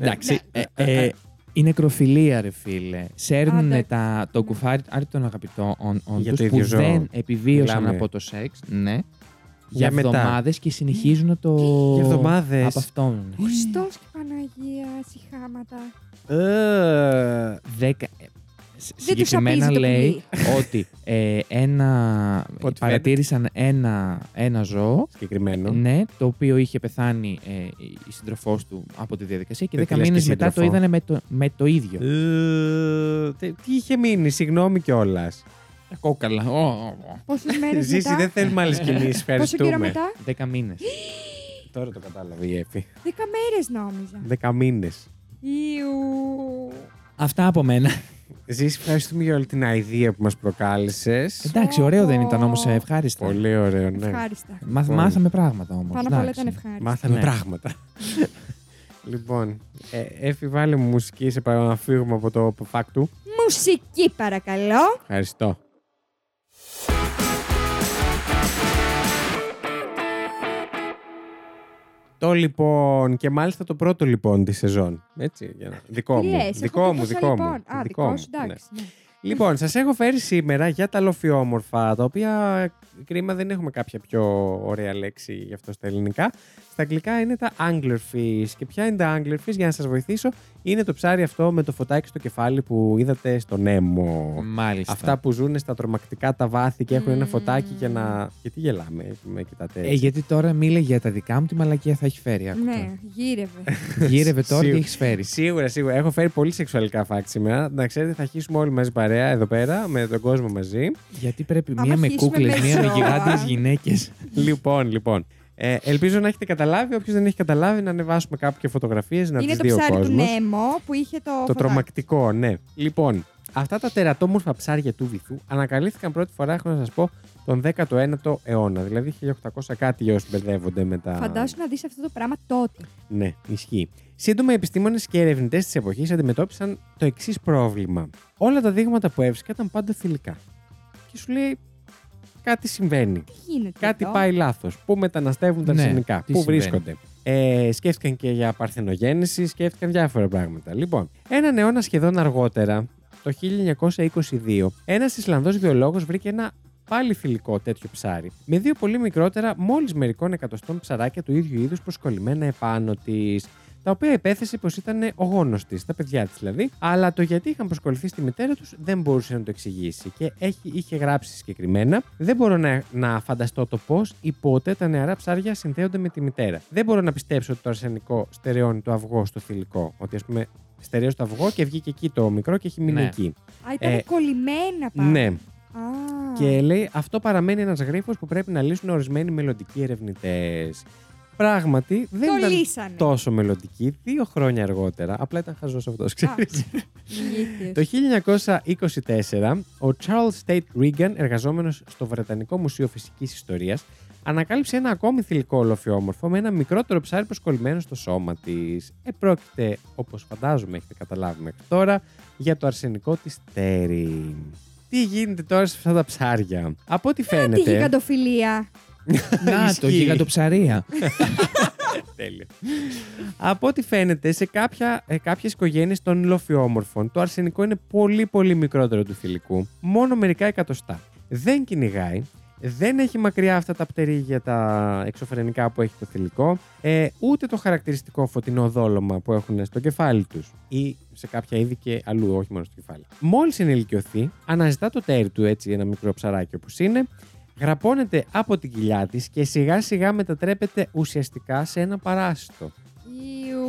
C: εντάξει.
A: ναι.
C: ε, ε,
A: Ε,
C: η νεκροφιλία, ρε φίλε. Σέρνουν
B: Άντε.
C: τα, το κουφάρι άρρη των αγαπητών
A: Για
C: τους
A: το
C: που
A: ίδιο ζώο.
C: δεν επιβίωσαν
A: Μιλάμε.
C: από το σεξ. Ναι. Για
A: Για μετά.
C: εβδομάδες και συνεχίζουν το.
A: Για εβδομάδες.
C: Από αυτόν.
A: ναι.
B: Χριστός και Παναγία, συχάματα.
A: Ε,
C: Δέκα. ε, σ-
B: Δεν τους
C: Συγκεκριμένα
B: απίζει το
C: λέει ότι ε, ένα,
A: Ότι
C: παρατήρησαν ένα, ένα ζώο
A: Συγκεκριμένο.
C: Ναι, το οποίο είχε πεθάνει ε, η σύντροφός του από τη διαδικασία και
A: Δεν
C: δέκα
A: τη λες και
C: μήνες μετά το
A: σύντροφο.
C: είδανε με το, με το ίδιο.
A: Ε, τι- Τι είχε μείνει, συγγνώμη κιόλας.
C: Κόκαλα. Ω, ω, ω.
B: Πόσες μέρες
A: Ζήση, δεν
B: μετά.
A: θέλουμε άλλε κινήσει.
B: Πόσο
A: Ευχαριστούμε.
B: καιρό μετά.
C: Δέκα μήνες.
A: Τώρα το κατάλαβε η Εφη.
B: Δέκα μέρες νόμιζα.
A: Δέκα μήνες. Ναι.
B: Ιου.
C: Αυτά από μένα.
A: Ζήση, ευχαριστούμε για όλη την αηδία που μας προκάλεσες.
B: Ε,
C: Εντάξει, ωραίο δεν ήταν όμως ευχάριστα.
A: Πολύ ωραίο, ναι.
B: Ευχάριστα.
C: Μαθ-
A: Πολύ.
C: μάθαμε πράγματα όμως.
B: Πάνω απ' όλα ήταν ευχάριστα.
A: Μάθαμε
C: Ναι.
A: πράγματα. λοιπόν, ε, Εφη, βάλε μου μουσική σε παρακαλώ να φύγουμε από το φάκτου.
B: Μουσική παρακαλώ.
A: Ευχαριστώ. Το λοιπόν, και μάλιστα το πρώτο λοιπόν της σεζόν. Έτσι, για να... δικό
B: Τι
A: μου.
B: λες, έχω
A: δικό μου,
B: τόσα
A: δικό μου.
B: λοιπόν.
A: δικό
B: Α, δικό
A: μου,
B: σου,
A: ναι.
B: εντάξει. ναι.
A: Λοιπόν, σας έχω φέρει σήμερα για τα λοφιόμορφα, τα οποία ε, κρίμα δεν έχουμε κάποια πιο ωραία λέξη γι' αυτό στα ελληνικά. Στα αγγλικά είναι τα anglerfish. Και ποια είναι τα anglerfish, για να σας βοηθήσω, είναι το ψάρι αυτό με το φωτάκι στο κεφάλι που είδατε στον έμο.
C: Μάλιστα.
A: Αυτά που ζουν στα τρομακτικά τα βάθη και έχουν ένα
B: Μμμ.
A: φωτάκι για να. Γιατί γελάμε, με κοιτάτε.
C: Ε, γιατί τώρα μίλε για τα δικά μου, τη μαλακία θα έχει φέρει. άκου τώρα.
B: Ναι, γύρευε.
C: Γύρευε τώρα και
A: Σίγουρα.
C: έχεις φέρει.
A: Σίγουρα, σίγουρα. Έχω φέρει πολύ σεξουαλικά φάκ σήμερα. Να ξέρετε, θα αρχίσουμε όλοι μαζί παρέα εδώ πέρα, με τον κόσμο μαζί.
C: Γιατί πρέπει
B: Άμα
C: μία με
B: αρχίσουμε
C: κούκλες,
B: με
C: μία με
B: ζώα.
C: γιγάντιε γυναίκες.
A: λοιπόν, λοιπόν. Ε, ελπίζω να έχετε καταλάβει. Όποιος δεν έχει καταλάβει, να ανεβάσουμε κάποιες φωτογραφίες, να τι
B: Είναι το
A: δει ο
B: ψάρι του
A: κόσμος.
B: Νέμο που είχε το.
A: Το
B: φωτάκι.
A: τρομακτικό, ναι. Λοιπόν, αυτά τα τερατόμορφα ψάρια του βυθού ανακαλύφθηκαν πρώτη φορά, έχω να σας πω, τον 19ο αιώνα. Δηλαδή 1800 κάτι για όσοι μπερδεύονται με τα.
B: Φαντάσου να δεις αυτό το πράγμα τότε.
A: Ναι, ισχύει. Σύντομα, οι επιστήμονες και ερευνητές της εποχής αντιμετώπισαν το εξής πρόβλημα. Όλα τα δείγματα που έβρισκα ήταν πάντα θηλυκά. Και σου λέει κάτι συμβαίνει.
B: Τι γίνεται.
A: Κάτι
B: εδώ?
A: πάει λάθος. Πού μεταναστεύουν τα
C: Ναι,
A: αρσενικά,
C: τι
A: πού
C: συμβαίνει.
A: βρίσκονται. Ε, σκέφτηκαν και για παρθενογέννηση, σκέφτηκαν διάφορα πράγματα. Λοιπόν, έναν αιώνα σχεδόν αργότερα, το 1922, ένας Ισλανδός βιολόγος βρήκε ένα πάλι θηλυκό τέτοιο ψάρι, με δύο πολύ μικρότερα, μόλις μερικών εκατοστών ψαράκια του ίδιου είδους προσκολλημένα επάνω της. Τα οποία επέθεσε πως ήταν ο γόνος της, τα παιδιά της δηλαδή, αλλά το γιατί είχαν προσκοληθεί στη μητέρα τους δεν μπορούσε να το εξηγήσει. Και έχει, είχε γράψει συγκεκριμένα: Δεν μπορώ να, να φανταστώ το πώς ή πότε τα νεαρά ψάρια συνδέονται με τη μητέρα. Δεν μπορώ να πιστέψω ότι το αρσενικό στερεώνει το αυγό στο θηλυκό. Ότι ας πούμε στερεώσει το αυγό και βγήκε εκεί το μικρό και έχει μείνει
C: Ναι.
A: εκεί.
B: Α, ήταν
A: Ε,
B: κολλημένα πάνω.
A: Ναι.
B: Α,
A: Και λέει, αυτό παραμένει ένας γρίφος που πρέπει να λύσουν ορισμένοι μελλοντικοί ερευνητές. Πράγματι, δεν
B: το
A: ήταν
B: λύσανε.
A: τόσο μελλοντικοί δύο χρόνια αργότερα. Απλά ήταν χαζός αυτός,
B: Α,
A: ξέρεις.
B: ηλίθιος.
A: Το 1924, ο Charles State Regan, εργαζόμενος στο Βρετανικό Μουσείο Φυσικής Ιστορίας, ανακάλυψε ένα ακόμη θηλυκό ολοφιόμορφο με ένα μικρότερο ψάρι προσκολλημένο στο σώμα της. Επρόκειται, όπως φαντάζομαι έχετε καταλάβει μέχρι τώρα, για το αρσενικό της τέρι. Τι γίνεται τώρα σε αυτά τα ψάρια. Από ό,τι
B: Τι
A: φαίνεται...
B: γιγαντοφιλία.
C: Να το
A: Ισχύει.
C: γιγαντοψαρία.
A: Τέλειο. Από ό,τι φαίνεται, σε κάποια, ε, κάποιες οικογένειες των λοφιόμορφων, το αρσενικό είναι πολύ πολύ μικρότερο του θηλυκού, μόνο μερικά εκατοστά. Δεν κυνηγάει, δεν έχει μακριά αυτά τα πτερίγια τα εξωφρενικά που έχει το θηλυκό, ε, ούτε το χαρακτηριστικό φωτεινό δόλωμα που έχουν στο κεφάλι τους ή σε κάποια είδη και αλλού, όχι μόνο στο κεφάλι. Μόλις ενηλικιωθεί, αναζητά το τέρι του, έτσι ένα μικρό ψαράκι όπως είναι, γραπώνεται από την κοιλιά της και σιγά σιγά μετατρέπεται ουσιαστικά σε ένα παράσιτο.
B: Ιου.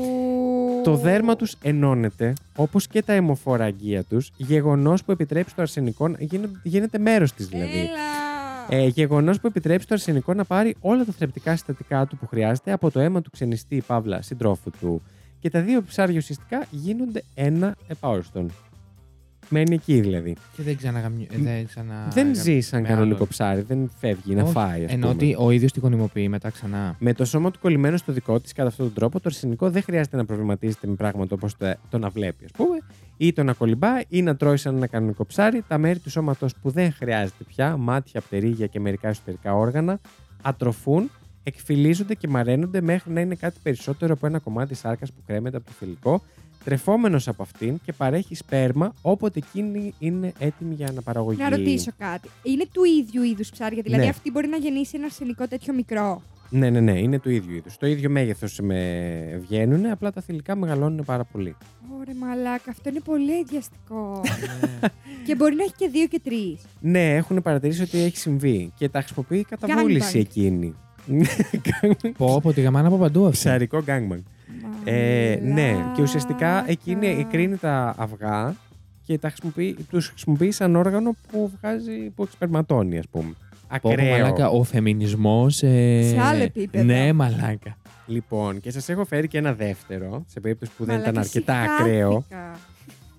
A: Το δέρμα τους ενώνεται, όπως και τα αιμοφόρα αγγεία τους, γεγονός που επιτρέπει στο αρσενικό να γίνε- γίνεται μέρος της δηλαδή.
B: Έλα.
A: Ε, γεγονός που επιτρέπει στο αρσενικό να πάρει όλα τα θρεπτικά συστατικά του που χρειάζεται από το αίμα του ξενιστή Παύλα, συντρόφου του. Και τα δύο ψάρια ουσιαστικά γίνονται ένα επαόριστον. Μένει εκεί δηλαδή.
C: Και δεν ξαναγαμι... ε, δεν, ξανα...
A: δεν ζει σαν
C: με
A: κανονικό
C: άλλον.
A: ψάρι, δεν φεύγει να
C: Όχι,
A: φάει. Ας
C: Ενώ
A: πούμε.
C: ότι ο ίδιος την γονιμοποιεί μετά ξανά.
A: Με το σώμα του κολλημένο στο δικό της, κατά αυτόν τον τρόπο, το αρσενικό δεν χρειάζεται να προβληματίζεται με πράγματα όπως το, το να βλέπει, ας πούμε, ή το να κολυμπά, ή να τρώει σαν ένα κανονικό ψάρι. Τα μέρη του σώματος που δεν χρειάζεται πια, μάτια, πτερίγια και μερικά εσωτερικά όργανα, ατροφούν, εκφυλίζονται και μαραίνονται μέχρι να είναι κάτι περισσότερο από ένα κομμάτι σάρκας που κρέμεται από το θηλυκό, τρεφόμενος από αυτήν και παρέχει σπέρμα όποτε εκείνη είναι έτοιμη για αναπαραγωγή.
B: Να ρωτήσω κάτι. Είναι του ίδιου είδους ψάρια, δηλαδή
A: Ναι.
B: αυτή μπορεί να γεννήσει ένα αρσενικό τέτοιο μικρό.
A: Ναι, ναι, ναι, είναι του ίδιου είδους. Το ίδιο μέγεθος με βγαίνουν, απλά τα θηλυκά μεγαλώνουν πάρα πολύ.
B: Ωρε μαλάκα, αυτό είναι πολύ αειδιαστικό.
C: Ναι.
B: και μπορεί να έχει και δύο και τρεις.
A: Ναι, έχουν παρατηρήσει ότι έχει συμβεί και τα χρησιμοποιεί κατά
B: Gangbang.
A: βούληση εκείνη.
C: πω, πω, τη γαμάνα από παντού αυτή.
A: Ψαρικό γκάγκμαν. Ε, ναι, και ουσιαστικά εκείνη κρίνει τα αυγά και τα χρησιμοποιεί, τους χρησιμοποιεί σαν όργανο που βγάζει, που εξπερματώνει, ας πούμε.
C: Πω, πω,
A: Ακραίο.
C: μαλάκα, ο φεμινισμός... ε,
B: Σε άλλο επίπεδο.
C: Ναι, μαλάκα.
A: λοιπόν, και σας έχω φέρει και ένα δεύτερο, σε περίπτωση που δεν ήταν αρκετά ακραίο.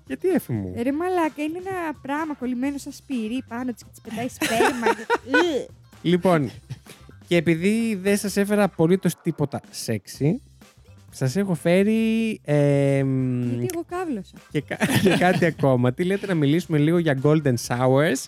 A: Γιατί έφη μου.
B: Ρε μαλάκα, είναι ένα πράγμα κολλημένο σαν σπυρί πάνω της και της πετάει σπέρμα. και- Ε,
A: Λοιπόν, και επειδή δεν σας έφερα απολύτως τίποτα σεξι, σας έχω φέρει... εμ,
B: Γιατί εγώ κάβλωσα.
A: και, κα- και κάτι ακόμα. Τι λέτε να μιλήσουμε λίγο για golden showers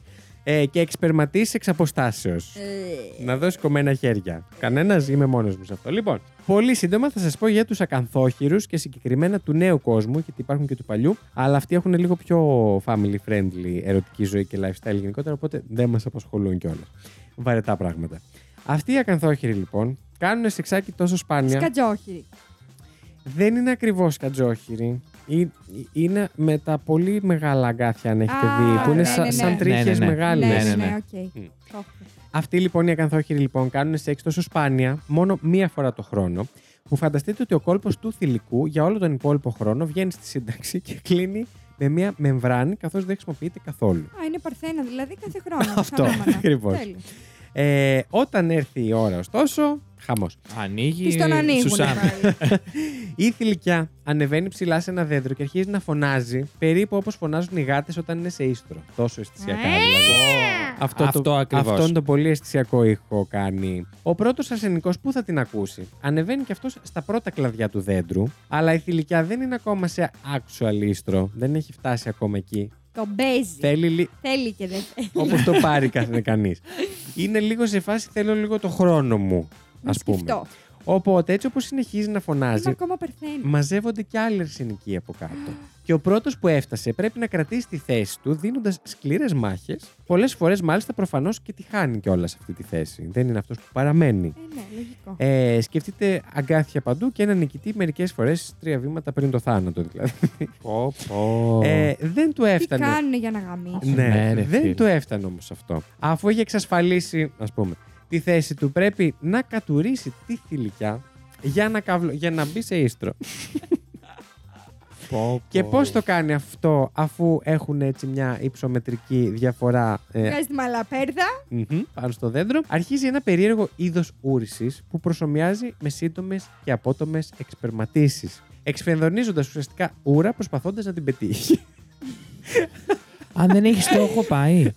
A: ε, και εξπερματήσεις εξ αποστάσεως.
B: Ε,
A: Να δώσει κομμένα χέρια. Κανένας, είμαι μόνος μου σε αυτό. Λοιπόν, πολύ σύντομα θα σας πω για τους ακανθόχειρου και συγκεκριμένα του νέου κόσμου, γιατί υπάρχουν και του παλιού, αλλά αυτοί έχουν λίγο πιο family friendly ερωτική ζωή και lifestyle γενικότερα, οπότε δεν μας απασχολούν κιόλας. Βαρετά πράγματα. Αυτοί οι ακανθόχειροι λοιπόν κάνουν σεξάκι τόσο σπάνια.
B: Σκατζόχυρη.
A: Δεν είναι ακριβώς κατζόχυρη. Ε- Είναι με τα πολύ μεγάλα αγκάθια, αν έχετε
B: Α,
A: δει, που είναι
B: ναι,
A: σα-
B: ναι, ναι.
A: σαν τρίχε
C: Ναι, ναι, ναι.
A: μεγάλες.
B: Ναι, ναι,
C: ναι,
B: ναι,
C: ναι.
B: οκ.
A: Μμ.
B: Το έχω.
A: Αυτοί λοιπόν οι ακανθόχειροι λοιπόν κάνουν σεξ τόσο σπάνια, μόνο μία φορά το χρόνο, που φανταστείτε ότι ο κόλπος του θηλυκού για όλο τον υπόλοιπο χρόνο βγαίνει στη σύνταξη και κλείνει με μία μεμβράνη, καθώς δεν χρησιμοποιείται καθόλου.
B: Α, είναι παρθένα, δηλαδή κάθε χρόνο. σαν
A: Αυτό,
B: όνομα.
A: ακριβώς.
B: Τέλεια.
A: Ε, όταν έρθει η ώρα, ωστόσο, χαμός.
C: Ανοίγει...
B: Της τον ανοίγουν.
C: Σουσάν.
B: πάλι.
A: Η θηλυκιά ανεβαίνει ψηλά σε ένα δέντρο και αρχίζει να φωνάζει περίπου όπως φωνάζουν οι γάτες όταν είναι σε ίστρο. Τόσο αισθησιακά
B: Ε!
A: δηλαδή.
C: Αυτό ακριβώς.
A: Αυτόν τον πολύ αισθησιακό ήχο κάνει. Ο πρώτος αρσενικός που θα την ακούσει. Ανεβαίνει και αυτός στα πρώτα κλαδιά του δέντρου, αλλά η θηλυκιά δεν είναι ακόμα σε actual ίστρο. Δεν έχει φτάσει ακόμα εκεί.
B: Το παίζει.
A: Θέλει, λι-
B: Θέλει και δεν θέλει.
A: Όπως το πάρει καθ- κανείς. Είναι λίγο σε φάση θέλω λίγο το χρόνο μου,
B: Να
A: ας πούμε.
B: σκεφτώ.
A: Οπότε έτσι όπως συνεχίζει να
B: Είμαι
A: φωνάζει,
B: ακόμα παρθένα.
A: μαζεύονται και άλλοι αρσενικοί από κάτω. Και ο πρώτος που έφτασε πρέπει να κρατήσει τη θέση του δίνοντας σκληρές μάχες. Πολλές φορές, μάλιστα, προφανώς και τη χάνει κιόλας αυτή τη θέση. Δεν είναι αυτός που παραμένει.
B: Ε, ναι, λογικό.
A: Ε, σκεφτείτε αγκάθια παντού και ένα νικητή μερικές φορές τρία βήματα πριν το θάνατο, δηλαδή.
C: Πω, πω.
A: Ε, δεν του
B: Τι
A: έφτανε.
B: κάνουν για να γαμίσουν.
A: Ναι,
C: Ναι, ρε, φίλε.
A: δεν του έφτανε όμως αυτό. Αφού είχε εξασφαλίσει, ας πούμε, τη θέση του, πρέπει να κατουρίσει τη θηλυκιά για να, καβλο- για να μπει σε ίστρο.
C: Πω,
A: Και
C: πω.
A: πώς το κάνει αυτό αφού έχουν έτσι μια υψομετρική διαφορά ε,
B: Βγάζει τη μαλαπέρδα.
A: μμμ, πάνω στο δέντρο, αρχίζει ένα περίεργο είδος ούρησης που προσωμιάζει με σύντομες και απότομες εξπερματήσεις. Εξφενδονίζοντας ουσιαστικά ούρα προσπαθώντας να την πετύχει.
C: Αν δεν έχει στόχο, πάει.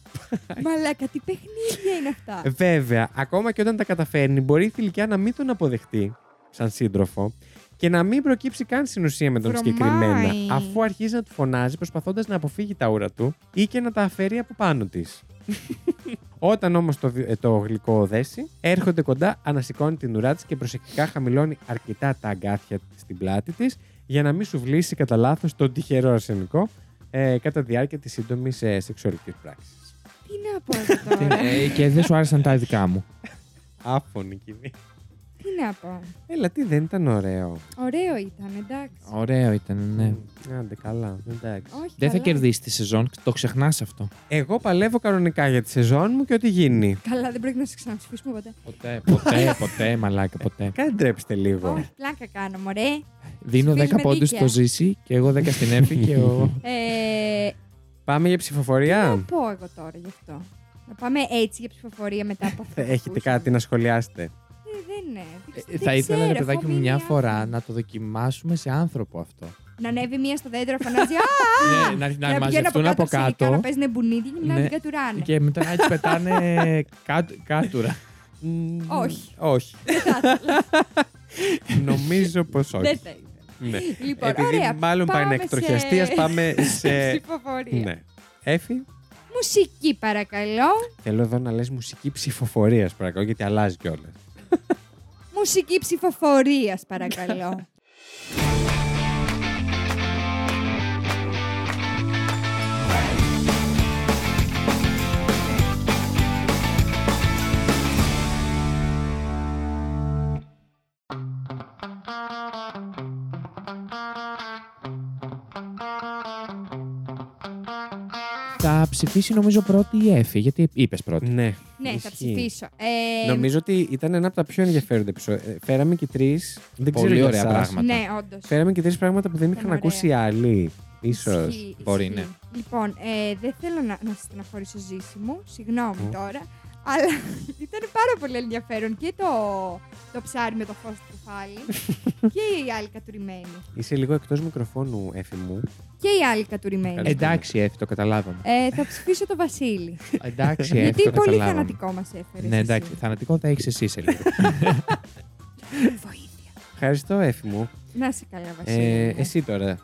B: Μαλάκα, τι παιχνίδια είναι αυτά.
A: Ε,
C: Ε,
A: Βέβαια, ακόμα και όταν τα καταφέρνει, μπορεί η θηλυκιά να μην τον αποδεχτεί σαν σύντροφο και να μην προκύψει καν συνουσία με τον
B: Βρωμάει.
A: συγκεκριμένα, αφού αρχίζει να του φωνάζει προσπαθώντας να αποφύγει τα ούρα του ή και να τα αφαιρεί από πάνω της. Όταν όμως το, βι- ε, το γλυκό δέσει, έρχονται κοντά, ανασηκώνει την ουρά της και προσεκτικά χαμηλώνει αρκετά τα αγκάθια στην πλάτη της για να μην σου βλύσει κατά λάθος τον τυχερό αρσενικό ε, κατά τη διάρκεια της σύντομης ε, σεξουαλικής πράξης.
B: Τι να πω εγώ τώρα.
C: Ε, και δεν σου άρεσαν τα δικά μου.
A: Άφωνη κοινή.
B: Τι να πω.
A: Έλα, τι δεν ήταν ωραίο.
B: Ωραίο ήταν, εντάξει.
C: Ωραίο ήταν, ναι.
A: Μ, Άντε, καλά. Εντάξει.
B: Όχι,
C: Δεν θα
B: καλά.
C: κερδίσεις τη σεζόν, το ξεχνάς αυτό.
A: Εγώ παλεύω κανονικά για τη σεζόν μου και ό,τι γίνει.
B: Καλά, δεν πρέπει να σε ξαναψηφίσουμε ποτέ.
C: Ποτέ, ποτέ, ποτέ, μαλάκα, ποτέ.
A: Κάτι ντρέψτε λίγο.
B: Όχι, πλάκα κάνω, μωρέ.
C: Δίνω
B: Ψηφίζουμε
C: 10 πόντους
B: δίκαια.
C: στο ζήσει και εγώ 10 στην Εφη και ο.
B: Ε,
A: Πάμε για
B: τι
A: ψηφοφορία.
B: να πω εγώ τώρα γι' αυτό. Να πάμε έτσι για ψηφοφορία μετά από αυτό. που
A: Έχετε
B: ακούσαμε.
A: κάτι να σχολιάσετε.
B: Ε, δεν είναι. Δεν-
C: Ε,
B: δεν
C: Θα ήθελα,
B: ξέρω,
C: ρε παιδάκι
B: έχω
C: μου, μια
B: μείνει
C: φορά
B: άφωνη.
C: να το δοκιμάσουμε σε άνθρωπο αυτό.
B: να ανέβει μία στο δέντρο, φωνάζει. «Α,
C: Ναι, να- να
B: βγαίνουν
C: μαζευτούν από
B: ψηλικά,
C: κάτω.
B: Να παίζουν μπουνίδι και να
C: Ναι.
B: την κατουράνε.
C: Και μετά να έτσι πετάνε κάτ- κάτουρα.
A: Μμμ,
B: Όχι.
A: Όχι. Νομίζω πως
B: Δεν
A: όχι.
B: θα ήθελα.
A: Ναι.
B: Λοιπόν,
A: Επειδή
B: ωραία,
A: μάλλον πάει να
B: πάμε
A: εκτροχιαστεί,
B: σε-
A: πάμε σε.
B: Ψηφοφορία.
A: Ναι. Έφη,
B: Μουσική παρακαλώ.
A: θέλω εδώ να λες μουσική ψηφοφορίας, παρακαλώ, γιατί αλλάζει κιόλας.
B: Μουσική ψηφοφορίας, παρακαλώ.
C: Θα ψηφίσει νομίζω πρώτη η Εφη, γιατί είπες πρώτη.
A: Ναι.
B: ναι, θα
A: ισχύει.
B: ψηφίσω. Ε,
A: Νομίζω ότι ήταν ένα από τα πιο ενδιαφέροντα επεισόδια. Ε, Φέραμε και τρεις. Δεν ξέρω
C: Πολύ
A: για
C: ωραία
A: εσάς.
C: πράγματα.
B: Ναι, όντως.
A: Φέραμε και τρεις πράγματα που δεν είχαν
B: Ήταν ωραία.
A: ακούσει οι άλλοι. σω.
C: Μπορεί, ναι.
B: Λοιπόν, ε, δεν θέλω να, να σα στεναχωρήσω ζήση μου, συγγνώμη τώρα, αλλά ήταν πάρα πολύ ενδιαφέρον και το, το ψάρι με το φως του κεφάλι και οι άλλοι κατουρημένοι.
A: Είσαι λίγο εκτός μικροφώνου, Έφη μου.
B: Και οι άλλοι
C: Ναι,
B: κατουρημένοι.
A: Ευχαριστώ.
C: Εντάξει, Εφη, το καταλάβαμε.
B: Ε, θα ψηφίσω το Βασίλη.
C: Ε, Εντάξει, Εφη,
B: Γιατί
C: το
B: πολύ
C: καταλάβαμε.
B: θανατικό μας έφερες.
C: Ναι, εντάξει, θανατικό θα έχεις εσύ σε λίγο.
B: Βοήθεια.
A: Ευχαριστώ, Έφη μου.
B: Να σε καλά, Βασίλη.
A: Ε,
B: μου.
A: εσύ τώρα.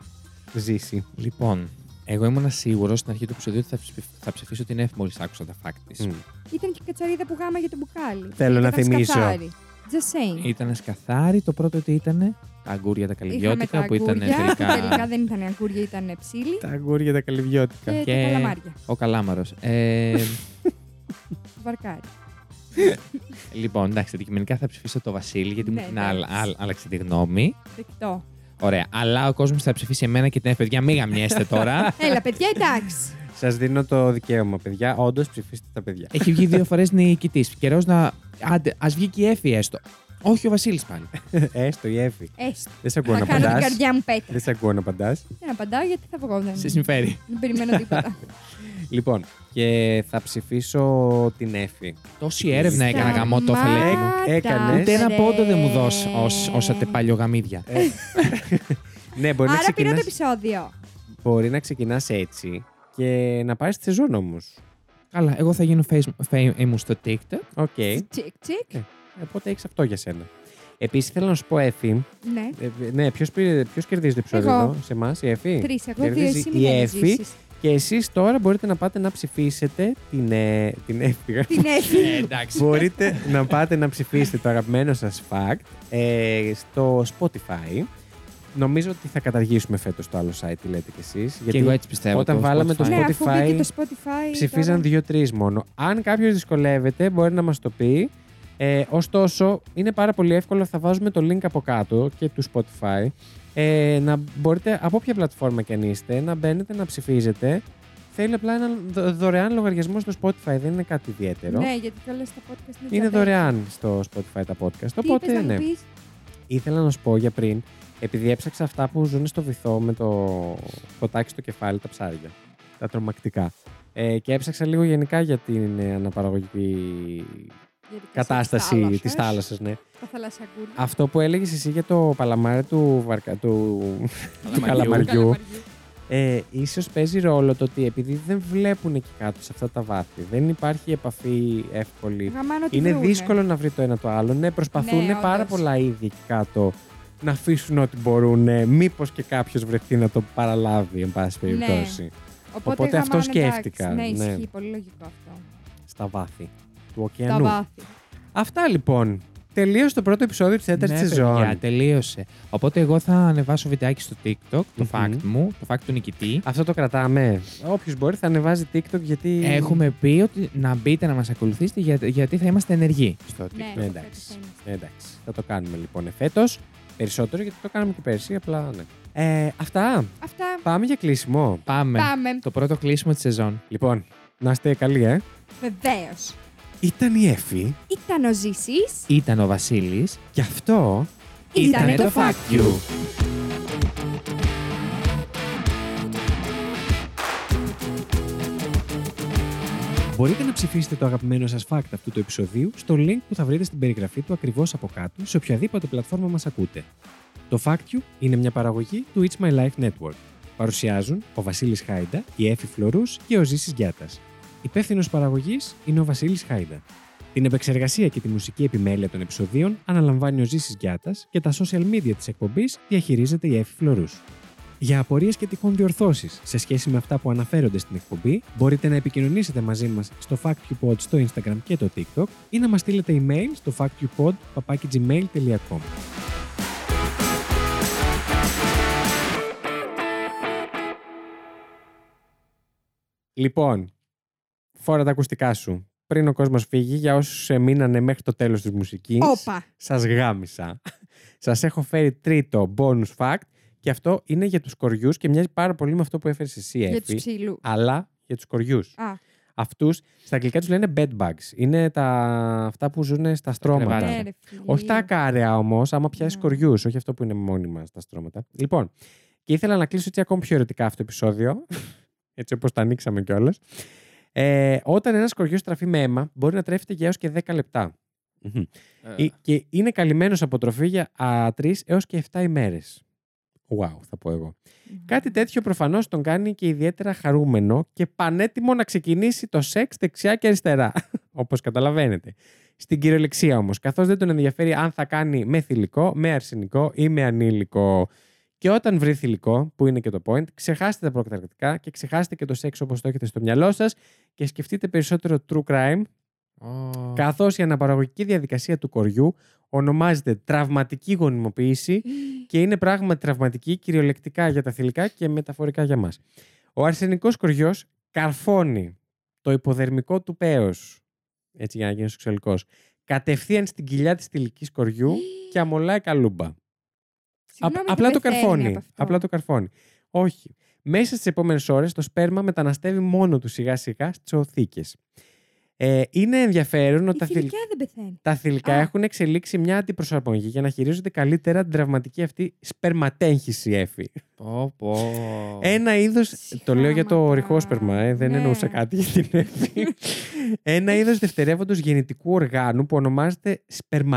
A: Ζήσει.
C: λοιπόν, εγώ ήμουν σίγουρος στην αρχή του επεισοδίου ότι θα, ψηφι- θα ψηφίσω την Εφη μόλις άκουσα τα fact της.
A: Μμ.
B: Ήταν και η κατσαρίδα που γάμα για το μπουκάλι.
A: Θέλω να
B: Ήταν
A: θυμίσω.
B: σκαθάρι. Just saying.
C: Ήταν σκαθάρι. Το πρώτο ότι ήταν τα αγκούρια τα
B: Είχαμε τα
C: καλλιδιώτικα που ήταν
B: αγκούρια, που τελικά
C: τελικά.
B: δεν ήταν αγκούρια, ήταν ψήλοι
A: Τα αγγούρια τα καλυβιώτικα.
B: και,
C: Και-
B: τα καλαμάρια.
C: Ο καλάμαρος. Ε,
B: Το βαρκάρι.
C: λοιπόν, εντάξει, αντικειμενικά θα ψηφίσω το Βασίλη γιατί
B: Ναι,
C: μου την
B: εντάξει.
C: άλλα- άλλα- άλλαξε τη γνώμη.
B: Δεκτό.
C: Ωραία. Αλλά ο κόσμος θα ψηφίσει εμένα και την Εφη. Παιδιά, μη γαμιέστε τώρα.
B: Έλα, παιδιά, εντάξει.
A: Σας δίνω το δικαίωμα, παιδιά. Όντως ψηφίστε τα παιδιά.
C: Έχει βγει δύο φορές νικητής. Καιρός να. Άντε, ας βγει και η Εφη έστω. Όχι ο Βασίλης πάλι.
A: Ε, Έστω η Εύη.
B: Έστω.
A: Δεν σε ακούω
B: Ε. Θα
A: να
B: κάνω την
A: απαντάς.
B: καρδιά μου πέτρα.
A: Δεν σε ακούω να απαντάς.
B: Δεν απαντάω γιατί θα βγω. Δεν,
C: Σε συμφέρει.
B: δεν περιμένω τίποτα.
A: Λοιπόν, και θα ψηφίσω την Εύη.
C: Τόση έρευνα έκανα γαμό το
A: λέει.
C: θέλετε.
B: Σταμάτα,
A: Έκανες.
C: Ούτε ένα
B: ρε.
C: πόντο δεν μου δώσει ως παλιό γαμίδια.
A: Ε. Ναι, μπορεί να
B: Άρα πήρω το
A: ξεκινάς,
B: επεισόδιο.
A: μπορεί να ξεκινάς έτσι και να πάρεις τη σεζόν όμως.
C: Καλά, εγώ θα γίνω face- famous στο TikTok.
A: Οκ.
B: Τσικ, τσικ.
A: Ε, Οπότε έχεις αυτό για σένα. Επίσης θέλω να σου πω, Εφη,
B: Ναι.
A: ε, ναι, ποιος, πήρε, ποιος κερδίζει το επεισόδιο
B: Εγώ.
A: εδώ, σε εμάς, η Εφη.
B: Τρεις, εγώ δύο,
A: Κερδίζει
B: εσύ
A: η
B: μηδέν
A: Εφη.
B: ζήσεις.
A: Και εσείς τώρα μπορείτε να πάτε να ψηφίσετε την, ε, την Εφη.
B: Την Εφη.
C: εντάξει.
A: μπορείτε να πάτε να ψηφίσετε το αγαπημένο σας fact ε, στο Spotify. Νομίζω ότι θα καταργήσουμε φέτος το άλλο site, τι λέτε κι εσείς.
C: Και
A: γιατί
C: εγώ έτσι πιστεύω.
A: όταν βάλαμε το
C: Spotify.
B: Ναι, αφού
A: Spotify
B: μπήκε το Spotify.
A: Ψηφίζαν
B: τώρα.
A: δύο-τρει μόνο. Αν κάποιος δυσκολεύεται, μπορεί να μας το πει. Ε, ωστόσο, είναι πάρα πολύ εύκολο. Θα βάζουμε το link από κάτω και του Spotify. Ε, να μπορείτε από όποια πλατφόρμα και αν είστε να μπαίνετε να ψηφίζετε. Θέλει απλά ένα δο- δωρεάν λογαριασμό στο Spotify. Δεν είναι κάτι ιδιαίτερο.
B: Ναι, γιατί κιόλα τα podcast είναι.
A: Είναι
B: τζαμπέ.
A: δωρεάν στο Spotify τα podcast.
B: Τι είπες
A: Οπότε,
B: να μου
A: ναι.
B: πεις?
A: Ήθελα να σου πω για πριν, επειδή έψαξα αυτά που ζουν στο βυθό με το ποτάκι στο κεφάλι, τα ψάρια, τα τρομακτικά. Ε, και έψαξα λίγο γενικά για την ε, αναπαραγωγική
B: Γιατί και
A: κατάσταση
B: στις
A: της θάλασσας. Ναι.
B: Τα θαλασσακούλια.
A: Αυτό που έλεγες εσύ για το παλαμάρι του, βαρκα... του... του καλαμαριού, ε, ίσως παίζει ρόλο το ότι επειδή δεν βλέπουν εκεί κάτω σε αυτά τα βάθη, δεν υπάρχει επαφή εύκολη
B: Γαμάνω τη
A: είναι
B: βρούνε.
A: δύσκολο να βρει το ένα το άλλο. Ναι, προσπαθούν
B: Ναι, όντως.
A: πάρα πολλά είδη εκεί κάτω να αφήσουν ό,τι μπορούν. Μήπως και κάποιος βρεθεί να το παραλάβει, εν πάση
B: Ναι.
A: περιπτώσει. Οπότε
B: γαμάνε,
A: αυτό σκέφτηκα,
B: εντάξει. Ναι,
A: ναι.
B: ισχύει. Πολύ λογικό αυτό.
A: Στα βάθη του
B: Τα
A: ωκεανού.
B: βάθη.
A: Αυτά λοιπόν. Τελείωσε το πρώτο επεισόδιο της τέταρτης
C: Ναι, παιδιά,
A: σεζόν.
C: τελείωσε. Οπότε εγώ θα ανεβάσω βιντεάκι στο TikTok, το
A: Μμμ.
C: fact μου, το fact του νικητή.
A: Αυτό το κρατάμε. Όποιος μπορεί θα ανεβάζει TikTok γιατί.
C: Έχουμε πει ότι να μπείτε να μας ακολουθήσετε για- γιατί θα είμαστε ενεργοί στο TikTok.
B: Ναι,
A: Ναι, εντάξει. Εντάξει. Θα το κάνουμε λοιπόν εφέτος. Περισσότερο γιατί το κάναμε και πέρσι. Απλά ναι. Ε, αυτά.
B: Αυτά.
A: Πάμε για κλείσιμο.
C: Πάμε.
B: Πάμε.
C: Το πρώτο κλείσιμο της σεζόν.
A: Λοιπόν, να είστε καλοί, ε.
B: Βεβαίως.
A: Ήταν η Εφη.
B: Ήταν ο Ζήσης.
C: Ήταν ο Βασίλης.
A: Γι' αυτό
B: Ήτανε το Fact
C: You.
A: μπορείτε να ψηφίσετε το αγαπημένο σας fact αυτού του επεισοδίου στο link που θα βρείτε στην περιγραφή του ακριβώς από κάτω σε οποιαδήποτε πλατφόρμα μας ακούτε. Το Fact You είναι μια παραγωγή του It's My Life Network. Παρουσιάζουν ο Βασίλης Χάιντα, η Εφη Φλωρούς και ο Ζήσης Γιάτα. Υπεύθυνος παραγωγής είναι ο Βασίλης Χάιντα. Την επεξεργασία και τη μουσική επιμέλεια των επεισοδίων αναλαμβάνει ο Ζήσης Γιάτας και τα social media της εκπομπής διαχειρίζεται η Εφη Φλωρούς. Για απορίες και τυχόν διορθώσεις σε σχέση με αυτά που αναφέρονται στην εκπομπή, μπορείτε να επικοινωνήσετε μαζί μας στο FactQpod στο Instagram και το TikTok ή να μας στείλετε email στο factqpod.gmail.com Λοιπόν, φόρα τα ακουστικά σου. Πριν ο κόσμος φύγει, για όσους ε, μείνανε μέχρι το τέλος της μουσικής,
B: Όπα.
A: σας γάμισα. σας έχω φέρει τρίτο bonus fact και αυτό είναι για τους κοριούς και μοιάζει πάρα πολύ με αυτό που έφερες εσύ,
B: Για του
A: Εφη.
B: ψηλού.
A: αλλά για τους κοριούς.
B: Α, ναι,
A: Αυτούς, στα αγγλικά τους λένε bed bugs. Είναι τα, αυτά που ζουν στα στρώματα.
C: κρεβάτι.
B: ναι, ρε, φίλε.
A: Όχι τα ακάραια όμως, άμα πιάσεις
B: Ναι.
A: κοριούς, όχι αυτό που είναι μόνιμα στα στρώματα. Λοιπόν, και ήθελα να κλείσω έτσι ακόμη πιο ερωτικά αυτό το επεισόδιο, έτσι όπως τα ανοίξαμε κιόλας. Ε, όταν ένας κοριός στραφεί με αίμα, μπορεί να τρέφεται για έως και 10 λεπτά. Μμμ. Ε, Και είναι καλυμμένος από τροφή για 3 έως και 7 ημέρε. Wow, θα πω εγώ. Κάτι τέτοιο προφανώς τον κάνει και ιδιαίτερα χαρούμενο και πανέτοιμο να ξεκινήσει το σεξ δεξιά και αριστερά. Όπως καταλαβαίνετε. Στην κυριολεξία όμως, καθώς δεν τον ενδιαφέρει αν θα κάνει με θηλυκό, με αρσενικό ή με ανήλικο. Και όταν βρει θηλυκό, που είναι και το point, ξεχάστε τα προκαταρκτικά και ξεχάστε και το σεξ όπως το έχετε στο μυαλό σας και σκεφτείτε περισσότερο true crime,
C: Ω.
A: καθώς η αναπαραγωγική διαδικασία του κοριού ονομάζεται τραυματική γονιμοποίηση και είναι πράγματι τραυματική κυριολεκτικά για τα θηλυκά και μεταφορικά για μας. Ο αρσενικός κοριός καρφώνει το υποδερμικό του πέος, έτσι για να γίνει σεξουαλικός, κατευθείαν στην κοιλιά της θηλυκής κοριού και αμολάει καλούμπα.
B: Συγγνώμη,
A: Απ-
B: δεν
A: απλά το
B: πεθαίνει
A: καρφώνει.
B: από αυτό.
A: Απλά το καρφώνει. Όχι. Μέσα στις επόμενες ώρες το σπέρμα μεταναστεύει μόνο του σιγά σιγά στις οθήκες. Ε, είναι ενδιαφέρον ότι
B: Η
A: τα θηλυκά
B: θηλυκιά δεν πεθαίνει.
A: τα θηλυκά
B: Α.
A: έχουν εξελίξει μια αντιπροσαρμογή για να χειρίζονται καλύτερα την τραυματική αυτή σπερματέγχυση έφη.
C: Πω, πω.
A: Ένα είδος. Το λέω για το
B: Σιχάματα.
A: ρηχό σπερμα, ε, δεν
B: Ναι.
A: εννοούσα κάτι για την έφη. Ένα είδος δευτερεύοντος γεννητικού οργάνου που ονομάζεται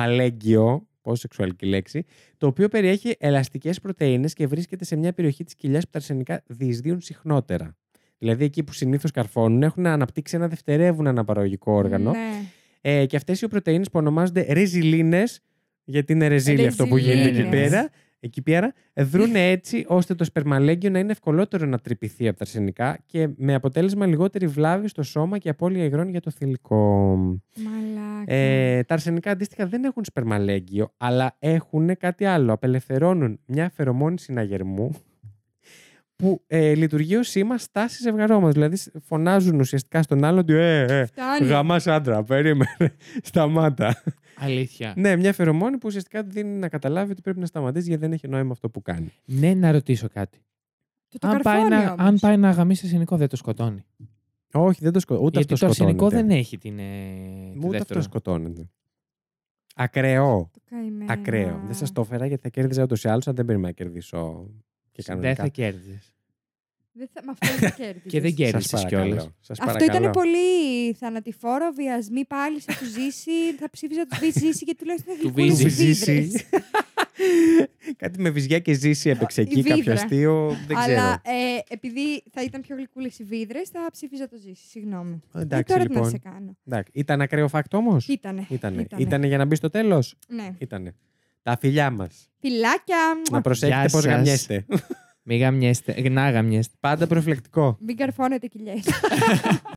A: σπερμαλέγγυο, πόσο σεξουαλική λέξη, το οποίο περιέχει ελαστικές πρωτενε και βρίσκεται σε μια περιοχή της κοιλιάς που τα αρσενικά διεισδύουν συχνότερα. Δηλαδή εκεί που συνήθως καρφώνουν έχουν αναπτύξει ένα δευτερεύουν αναπαραγωγικό όργανο.
B: Ναι.
A: Ε, και αυτές οι πρωτενε που ονομάζονται ρεζιλίνες, γιατί είναι ρεζίλι αυτό που γίνεται εκεί
C: Ρεζιλίνες.
A: πέρα, εκεί πέρα, δρούν έτσι ώστε το σπερμαλέγγιο να είναι ευκολότερο να τρυπηθεί από τα αρσενικά και με αποτέλεσμα λιγότερη βλάβη στο σώμα και απώλεια υγρών για το θηλυκό.
B: Μαλάκα.
A: Ε, τα αρσενικά αντίστοιχα δεν έχουν σπερμαλέγγιο, αλλά έχουν κάτι άλλο. Απελευθερώνουν μια φερομόνη συναγερμού που ε, λειτουργεί ως σήμα στάσης ζευγαρώματο. Δηλαδή φωνάζουν ουσιαστικά στον άλλον ότι «Ε, ε,
B: Φτάνει.
A: Γαμάς άντρα, περίμενε. Σταμάτα.
C: Αλήθεια.
A: ναι, μια φερομόνη που ουσιαστικά του δίνει να καταλάβει ότι πρέπει να σταματήσει γιατί δεν έχει νόημα αυτό που κάνει.
C: Ναι, να ρωτήσω κάτι.
B: Το, το
C: Αν πάει,
B: καρφώνει
C: να,
B: όμως.
C: αν πάει να γαμίσει αρσενικό, δεν το σκοτώνει.
A: Όχι, δεν το σκο... ούτε
C: Γιατί
A: αυτό
C: το αρσενικό
A: σκοτώνεται.
C: δεν έχει την. ε, τη
A: Ούτε
C: δεύτερο.
A: αυτό σκοτώνεται. Ακραίο.
B: Το καημένα.
A: Ακραίο. Δεν σας το έφερα γιατί θα κέρδιζα ούτως ή άλλως αν δεν περίμενα να κερδίσω. Και
C: Δεν θα
A: κανονικά.
C: κέρδιζες.
B: Δεν θα- με αυτό δεν κέρδιζες.
C: Και δεν κέρδισε κιόλα.
B: Αυτό ήταν πολύ θανατηφόρο, βιασμοί πάλι σε τους ζήσει. Θα ψήφιζα τους ζήσει και τουλάχιστον θα
C: Του
B: γλυκούλευε
A: Τους
C: Ζήσει.
A: ζήσει.
B: βίδρες.
A: Κάτι με βυζιά και ζήσει έπαιξε
B: Η
A: εκεί κάποιο
B: βίδρα.
A: αστείο. Δεν ξέρω.
B: Αλλά ε, επειδή θα ήταν πιο γλυκούλες οι βίδρες, θα ψήφιζα το ζήσει. Συγγνώμη. Ε,
A: Εντάξει
B: τώρα τι να
A: λοιπόν.
B: σε κάνω.
A: Εντάξει. Ήταν ακραίο φακτό όμως.
B: Ήτανε.
A: Ήτανε.
B: Ήτανε.
A: Ήτανε για να μπεις στο τέλος.
B: Ναι.
A: Ήτανε. Τα φιλιά μας.
B: Φιλάκια.
A: Να προσέχετε
C: Γεια
A: πώς
C: σας.
A: γαμιέστε.
C: Μη γαμιέστε. ε, Να γαμιέστε.
A: Πάντα προφλεκτικό.
B: Μην καρφώνετε κοιλιές.